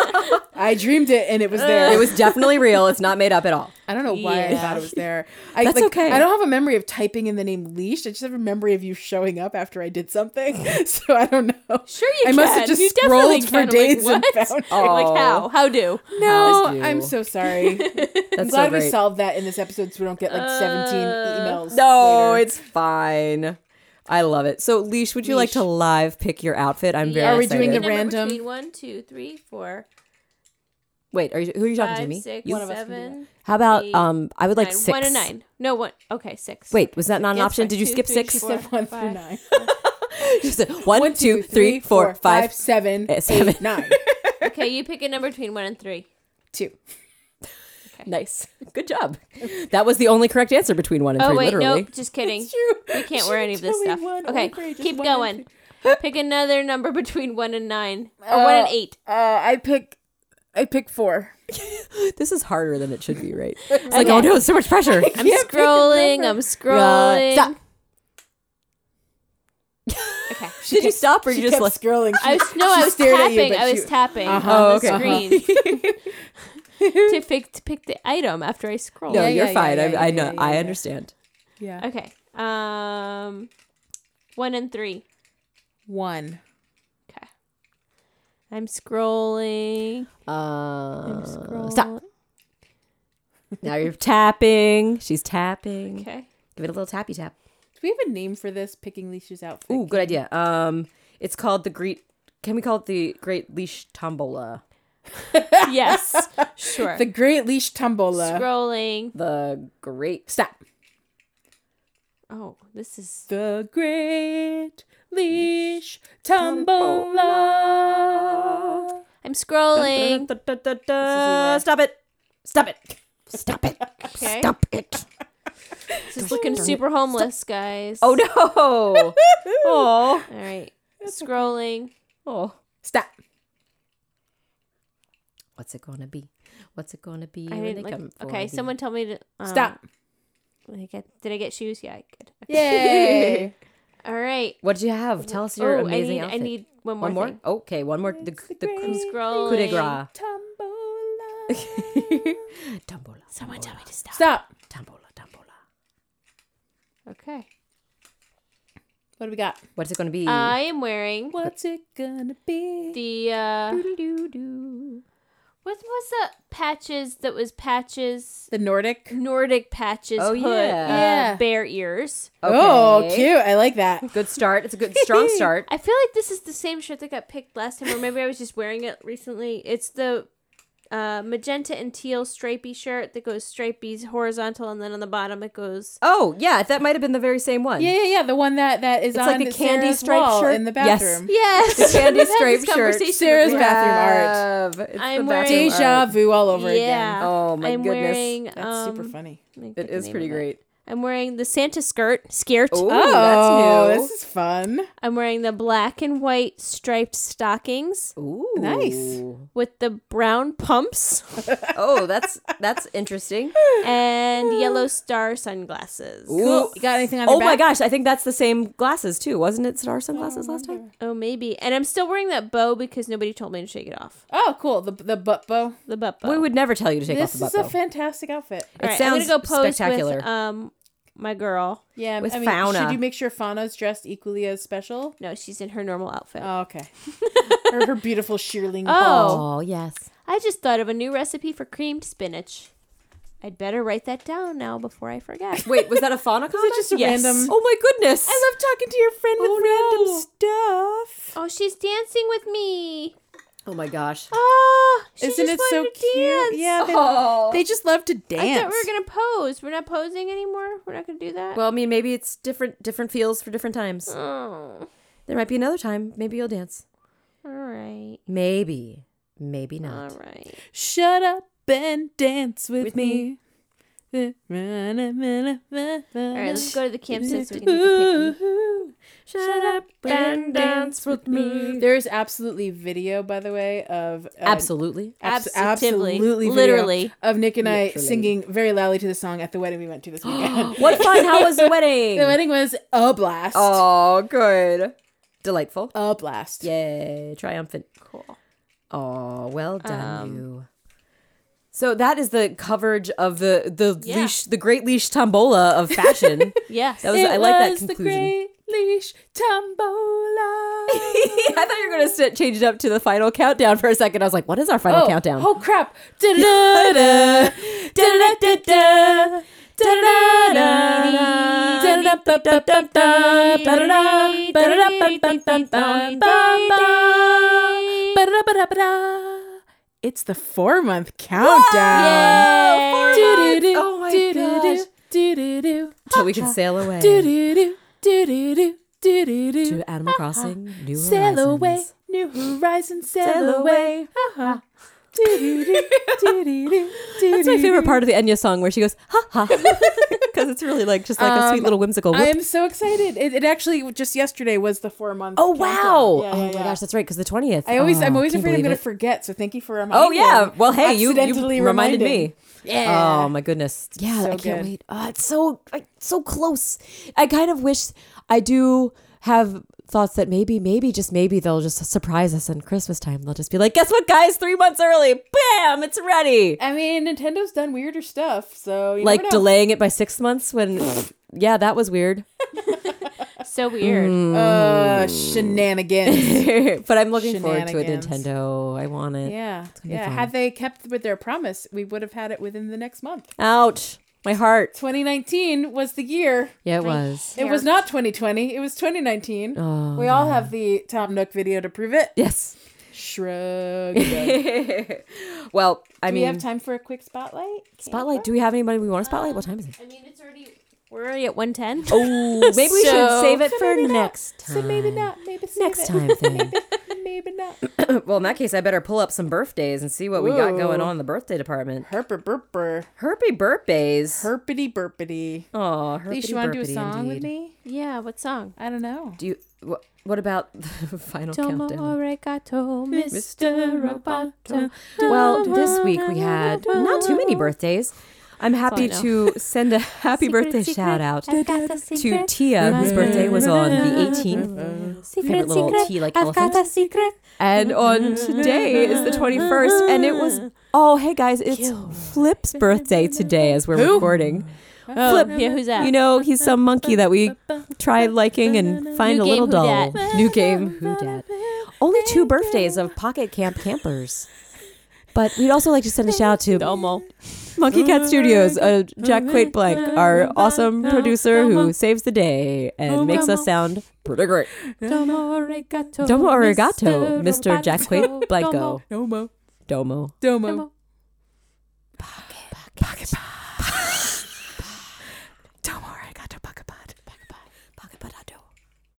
I dreamed it, and it was there.
it was definitely real. It's not made up at all.
I don't know why I
Uh, Yeah.
thought it was there. I,
That's
like,
okay.
I don't have a memory of typing in the name leash. I just have a memory of you showing up after I did something. So I don't know.
Sure you
I
can.
must have just
you definitely
scrolled for
can. I'm like,
days and
what?
found.
Oh,
Like how? How do?
no,
How do.
I'm so sorry. I'm
That's
glad
so great.
we solved that in this episode, so we don't get like 17
Uh,
emails.
no,
later.
it's fine. I love it. So, Leash, would you like
Leash.
to live pick your outfit? I'm very.
Yeah. Are we
doing
excited.
the- random-
Between one, two, three, four,
Wait, are you, who are you talking to
five,
me?
six,
You?
One of us can do
seven,
How about
eight,
um? I would like
nine.
six.
One and nine. No one. Okay, six.
Wait, was that not an
Yes,
option?
right.
Did you
Two,
skip
three,
six?
She
four,
said one through
five.
nine.
You said one, two, three, four, five.
five, seven,
eh, seven.
eight, nine,
Okay, you pick a number between one and three.
two.
Nice. Good job. That was the only correct answer between one and
Oh
three.
wait,
literally.
nope. Just kidding.
You
We can't wear any of this
Only
stuff.
one,
Okay,
only three, just
keep
one and
going. Pick another number between one and nine, or one and
Uh,
eight.
Uh, I pick, I pick four.
This is harder than it should be, right? It's like, oh no, it's so much pressure.
I'm
can't pick a
scrolling.
number.
I'm
Uh,
scrolling.
stop.
Okay.
Did you stop or
She
you just
kept
left?
scrolling.
I was no,
She
I was
stared at
tapping.
you, but
I
she-
was tapping
Uh-huh.
on
Oh,
the
okay.
screen to pick to pick the item after I scroll.
No,
Yeah,
you're
yeah,
fine.
yeah,
I,
yeah,
I
yeah,
know.
yeah,
I
yeah.
understand.
Yeah.
Okay. Um, one and three.
One.
Okay. I'm scrolling. I'm
Uh,
scrolling.
stop. Now you're tapping. She's tapping.
Okay.
Give it a little tappy tap.
Do we have a name for this picking leashes out?
Ooh, good idea. Um, it's called the great. Can we call it the Great Leash Tombola?
Yes. Sure.
The Great Leash Tombola.
scrolling.
The Great.
Stop.
Oh, this is
The Great Leash Tombola.
I'm scrolling.
Da-da-da-da-da. Stop it! Stop it! Stop it!
Okay.
Stop it!
This is looking super homeless, guys.
Oh no! oh.
All right. Scrolling.
oh.
Stop.
What's it gonna be? What's it gonna be?
I
when
didn't
they come
look.
for
Okay,
thee?
someone tell me to um,
Stop.
Did I get, did I get shoes? Yeah, I did.
Yay.
All right.
What did you have? Tell us your
oh, I
amazing
need
outfit.
I need one more.
one more.
thing.
Okay, one more. The, the,
I'm
coup
scrolling.
de grace.
Tombola.
Tombola.
Someone tell me to stop.
Stop.
Tombola. Tombola.
Okay.
What do we got?
What's it gonna be?
I am wearing
What's it gonna be?
the uh what was the patches that was patches
The Nordic.
Nordic patches
Oh,
hood
yeah.
uh, bear ears.
Oh,
Okay.
cute. I like that.
Good start. It's a good strong start.
I feel like this is the same shirt that got picked last time, or maybe I was just wearing it recently. It's the uh, magenta and teal stripey shirt that goes stripeys horizontal, and then on the bottom it goes.
Oh yeah, that might have been the very same one.
Yeah, yeah, yeah. The one that that is
It's
on
like the candy
Sarah's
striped
wall
shirt.
in the
Yes.
bathroom.
Yes,
candy
We've had
stripe
this
shirt.
conversation
Sarah's
before.
bathroom
art. It's
I'm
the bathroom
wearing-
Deja
art.
vu all over
yeah.
again.
Oh, my
I'm
goodness.
Wearing,
That's super
um,
funny.
let me
It
get the
is
name
pretty
of it.
great.
I'm wearing the Santa skirt skirt.
Ooh,
oh,
that's new.
this is fun.
I'm wearing the black and white striped stockings
Ooh.
Oh, Nice.
with the brown pumps
Oh, that's that's interesting.
and yellow star sunglasses.
Cool. You got anything on your
Oh my
back?
gosh, I think that's the same glasses too. Wasn't it star sunglasses last time?
Oh, maybe. And I'm still wearing that bow because nobody told me to shake it off.
Oh, cool. The the butt bow.
The butt bow.
We would never tell you to take
Oh, This
off
is
the
a
butt, though.
fantastic outfit.
it
All right,
sounds
I'm gonna go pose
spectacular.
With, um, my girl.
Yeah,
With
I mean, should
Fauna.
you make sure Fauna's dressed equally as special?
No, she's in her normal outfit.
Oh, okay. or her beautiful shearling.
Oh.
ball.
oh yes.
I just thought of a new recipe for creamed spinach. I'd better write that down now before I forget.
Wait, was that a fauna comment?
just a random-
Oh my goodness.
I love talking to your friend with random stuff.
Oh, she's dancing with me.
oh my gosh.
Oh, she
Isn't
just
it so
wanted to
cute?
dance. Oh,
Yeah, they, they just love to dance.
I thought we were gonna pose. We're not posing anymore. We're not gonna do that.
Well, I mean, maybe it's different different feels for different times.
oh,
There might be another time. Maybe you'll dance.
all right,
Maybe. Maybe
all
not.
right.
Shut up and dance with,
With
me.
me.
All right, let's go to the camp since we can take a picnic.
Ooh, shut up and dance with me. There is absolutely video, by the way, of uh,
Absolutely.
abs-
Absolutely.
absolutely, video
Literally.
of Nick and I
Literally.
singing very loudly to the song at the wedding we went to this weekend.
What fun. How was the
the
wedding?
wedding was a blast,
Oh, good. Delightful.
a blast.
Yay. Triumphant.
Cool.
Oh, well
Um,
done you. So that is the coverage of the the
Yeah.
leash the great leash tombola of fashion.
Yes.
That was- I like that
was the
conclusion.
great leash tombola.
I thought you were going to change it up to the final countdown for a second. I was like, what is our final countdown?
Oh crap! Da-da-da, da-da-da-da, da-da-da-da, da-da-da-ba-ba-ba-ba, ba-da-da, ba-da-da-ba-ba-ba-ba, ba-da-da-ba-da-ba-da. It's the four month countdown.
Yay.
Do-do-do,
Oh my
do-do-do,
gosh.
do-do-do,
so we can sail away
do-do-do, do-do-do, do-do-do.
to Animal Crossing New
Uh-huh. Sail away,
Horizons.
new horizons, sail,
Sail Uh-huh.
away. Ah. Ha That's
That's my favorite part of the Enya song where she goes, ha ha. Because it's really like just like a sweet little whimsical.
I
whoop.
am so excited. It, it actually just yesterday was the four month.
Oh, wow.
Yeah,
oh
yeah,
my
yeah.
gosh, that's right. Because the 20th.
I always,
Oh,
I'm always
can't
afraid I'm
believe
going
it.
to forget. So thank you for reminding.
Oh, yeah.
me.
Well, hey, you,
Accidentally
you reminded me.
Yeah.
Oh my goodness. Yeah,
So
I can't
good.
wait. Oh, it's so like, so close. I kind of wish I do have thoughts that maybe, maybe just maybe they'll just surprise us on Christmas time. They'll just be like, guess what, guys? Three months early. Bam! It's ready.
I mean, Nintendo's done weirder stuff. So you
Like
never know.
delaying it by six months when yeah, that was weird.
So weird.
Uh, shenanigans.
but I'm looking forward to a
Shenanigans.
Nintendo. I want it.
yeah.
be
Yeah.
fun.
Had they kept with their promise, we would have had it within the next month.
Ouch. My heart.
2019 was the year.
Yeah, it was. Oh,
It was not 2020. It was 2019. we all have the Tom Nook video to prove it.
Yes.
Shrug. Do
Well, I
we
mean,
have time for a quick spotlight?
spotlight. Do we have anybody we want to spotlight? What time is it?
I mean, it's already we're already at one ten.
Oh, maybe we
So-
should save it
So
for
maybe not.
next time.
So maybe not. Maybe save
Next
it.
time thing.
Maybe not.
well, in that case, I better pull up some birthdays and see what we got going on in the birthday department.
Herper burper.
Herpy birthdays.
Herpity burpity.
oh, herpy
Leash, you want to do a song with me?
Yeah. What song?
I don't know.
Do you? What, what about the final
Domo
countdown?
arigato, Mr. Roboto.
Well, this week we had not too many birthdays. I'm happy
That's
to send a happy
Secret,
birthday
secret,
shout out
I've got a
to
secret.
Tia, whose birthday was on the 18th.
Secret,
favorite little
secret,
tea, like
I've got
elephant.
a secret.
And on today is the 21st, and it was. Oh, hey guys, it's Flip's birthday today as we're recording.
Oh,
Flip,
yeah, who's that?
You know, he's some monkey that we try liking and find
New
a little
game, who
dull. New game, who dat? Only two birthdays of Pocket Camp campers. But we'd also like to send a shout out to
Domo.
Monkey Cat Studios, uh, Jack Quaid Blank, our awesome producer who saves the day and makes us sound pretty great.
Oh, Domo arigato.
Domo arigato, Mr. Jack
Roboto.
Quaid Blanco.
Domo.
Domo.
Domo.